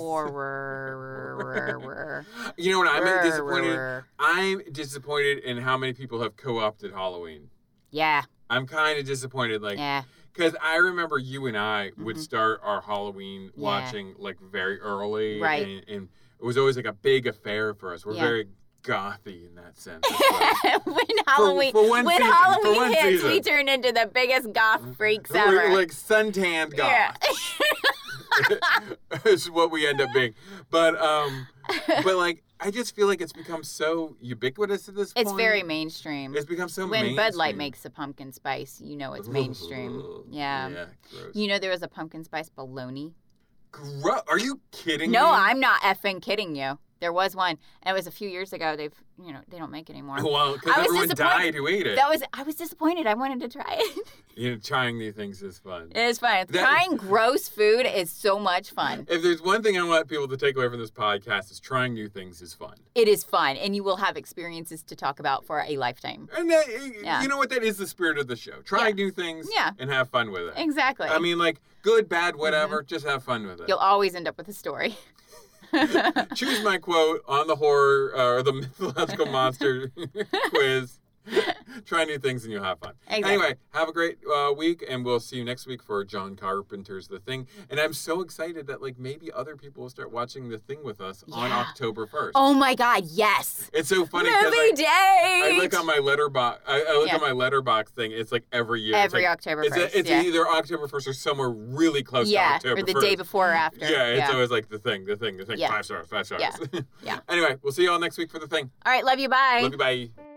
Speaker 1: Horror.
Speaker 2: You know what? <laughs> I'm disappointed.
Speaker 1: Horror.
Speaker 2: I'm disappointed in how many people have co-opted Halloween.
Speaker 1: Yeah,
Speaker 2: I'm kind of disappointed, like, <laughs>
Speaker 1: yeah. <laughs>
Speaker 2: because I remember you and I would
Speaker 1: Mhm.
Speaker 2: start our Halloween
Speaker 1: Yeah.
Speaker 2: watching like very early,
Speaker 1: Right.
Speaker 2: And, and it was always like a big affair for us. We're
Speaker 1: Yeah.
Speaker 2: very gothy in that sense. as
Speaker 1: <laughs>
Speaker 2: well.
Speaker 1: when Halloween,
Speaker 2: for one
Speaker 1: when
Speaker 2: season, for
Speaker 1: Halloween
Speaker 2: one
Speaker 1: hits, we
Speaker 2: season. Mm-hmm.
Speaker 1: turn into the biggest goth freaks
Speaker 2: We're
Speaker 1: ever.
Speaker 2: like suntanned goth.
Speaker 1: yeah,
Speaker 2: <laughs> is what we end up being. But um,
Speaker 1: <laughs>
Speaker 2: but like I just feel like it's become so ubiquitous at this point.
Speaker 1: it's very mainstream.
Speaker 2: It's become so
Speaker 1: when Bud Light
Speaker 2: mainstream.
Speaker 1: makes a pumpkin spice, you know it's mainstream.
Speaker 2: <laughs> Ugh,
Speaker 1: Yeah.
Speaker 2: Yeah. Gross.
Speaker 1: You know there was a pumpkin spice bologna.
Speaker 2: Gro- Are you kidding
Speaker 1: No,
Speaker 2: me?
Speaker 1: I'm not effing kidding you. There was one, and it was a few years ago. They've, you know, they don't make it anymore.
Speaker 2: Well,
Speaker 1: I
Speaker 2: because
Speaker 1: was
Speaker 2: everyone
Speaker 1: disappointed.
Speaker 2: died who ate it.
Speaker 1: That was I was disappointed. I wanted to try it. <laughs>
Speaker 2: you know, trying new things is fun.
Speaker 1: it is fun.
Speaker 2: That-
Speaker 1: Trying gross food is so much fun.
Speaker 2: If there's one thing I want people to take away from this podcast is trying new things is fun.
Speaker 1: It is fun, and you will have experiences to talk about for a lifetime.
Speaker 2: And that,
Speaker 1: Yeah.
Speaker 2: you know what? That is the spirit of the show. Try new things
Speaker 1: Yeah.
Speaker 2: and have fun with it.
Speaker 1: Exactly. Mm-hmm.
Speaker 2: I mean, like, good, bad, whatever, just have fun with it.
Speaker 1: you'll always end up with a story.
Speaker 2: <laughs>
Speaker 1: <laughs>
Speaker 2: Choose my quote on the horror uh, or
Speaker 1: <laughs>
Speaker 2: the <laughs> mythological monster quiz. Try new things and you'll have fun.
Speaker 1: Exactly.
Speaker 2: Anyway, have a great uh, week, and we'll see you next week for John Carpenter's The Thing. And I'm so excited that like maybe other people will start watching The Thing with us on
Speaker 1: Yeah.
Speaker 2: October 1st.
Speaker 1: Oh my God! Yes.
Speaker 2: It's so funny because
Speaker 1: Movie
Speaker 2: I,
Speaker 1: date.
Speaker 2: I look on my letterbox. I, I look
Speaker 1: Yeah.
Speaker 2: on my letterbox thing. It's like every year.
Speaker 1: every
Speaker 2: it's like,
Speaker 1: October
Speaker 2: It's,
Speaker 1: first.
Speaker 2: a, it's
Speaker 1: yeah.
Speaker 2: either October 1st or somewhere really close to
Speaker 1: yeah,
Speaker 2: October
Speaker 1: or the
Speaker 2: 1st.
Speaker 1: day before or after.
Speaker 2: Yeah, it's always like the thing, the thing, the thing.
Speaker 1: Yeah.
Speaker 2: Five stars, five stars. <laughs>
Speaker 1: Yeah. Yeah.
Speaker 2: anyway, we'll see you all next week for the thing.
Speaker 1: All right. Love you. Bye.
Speaker 2: Love you. Bye.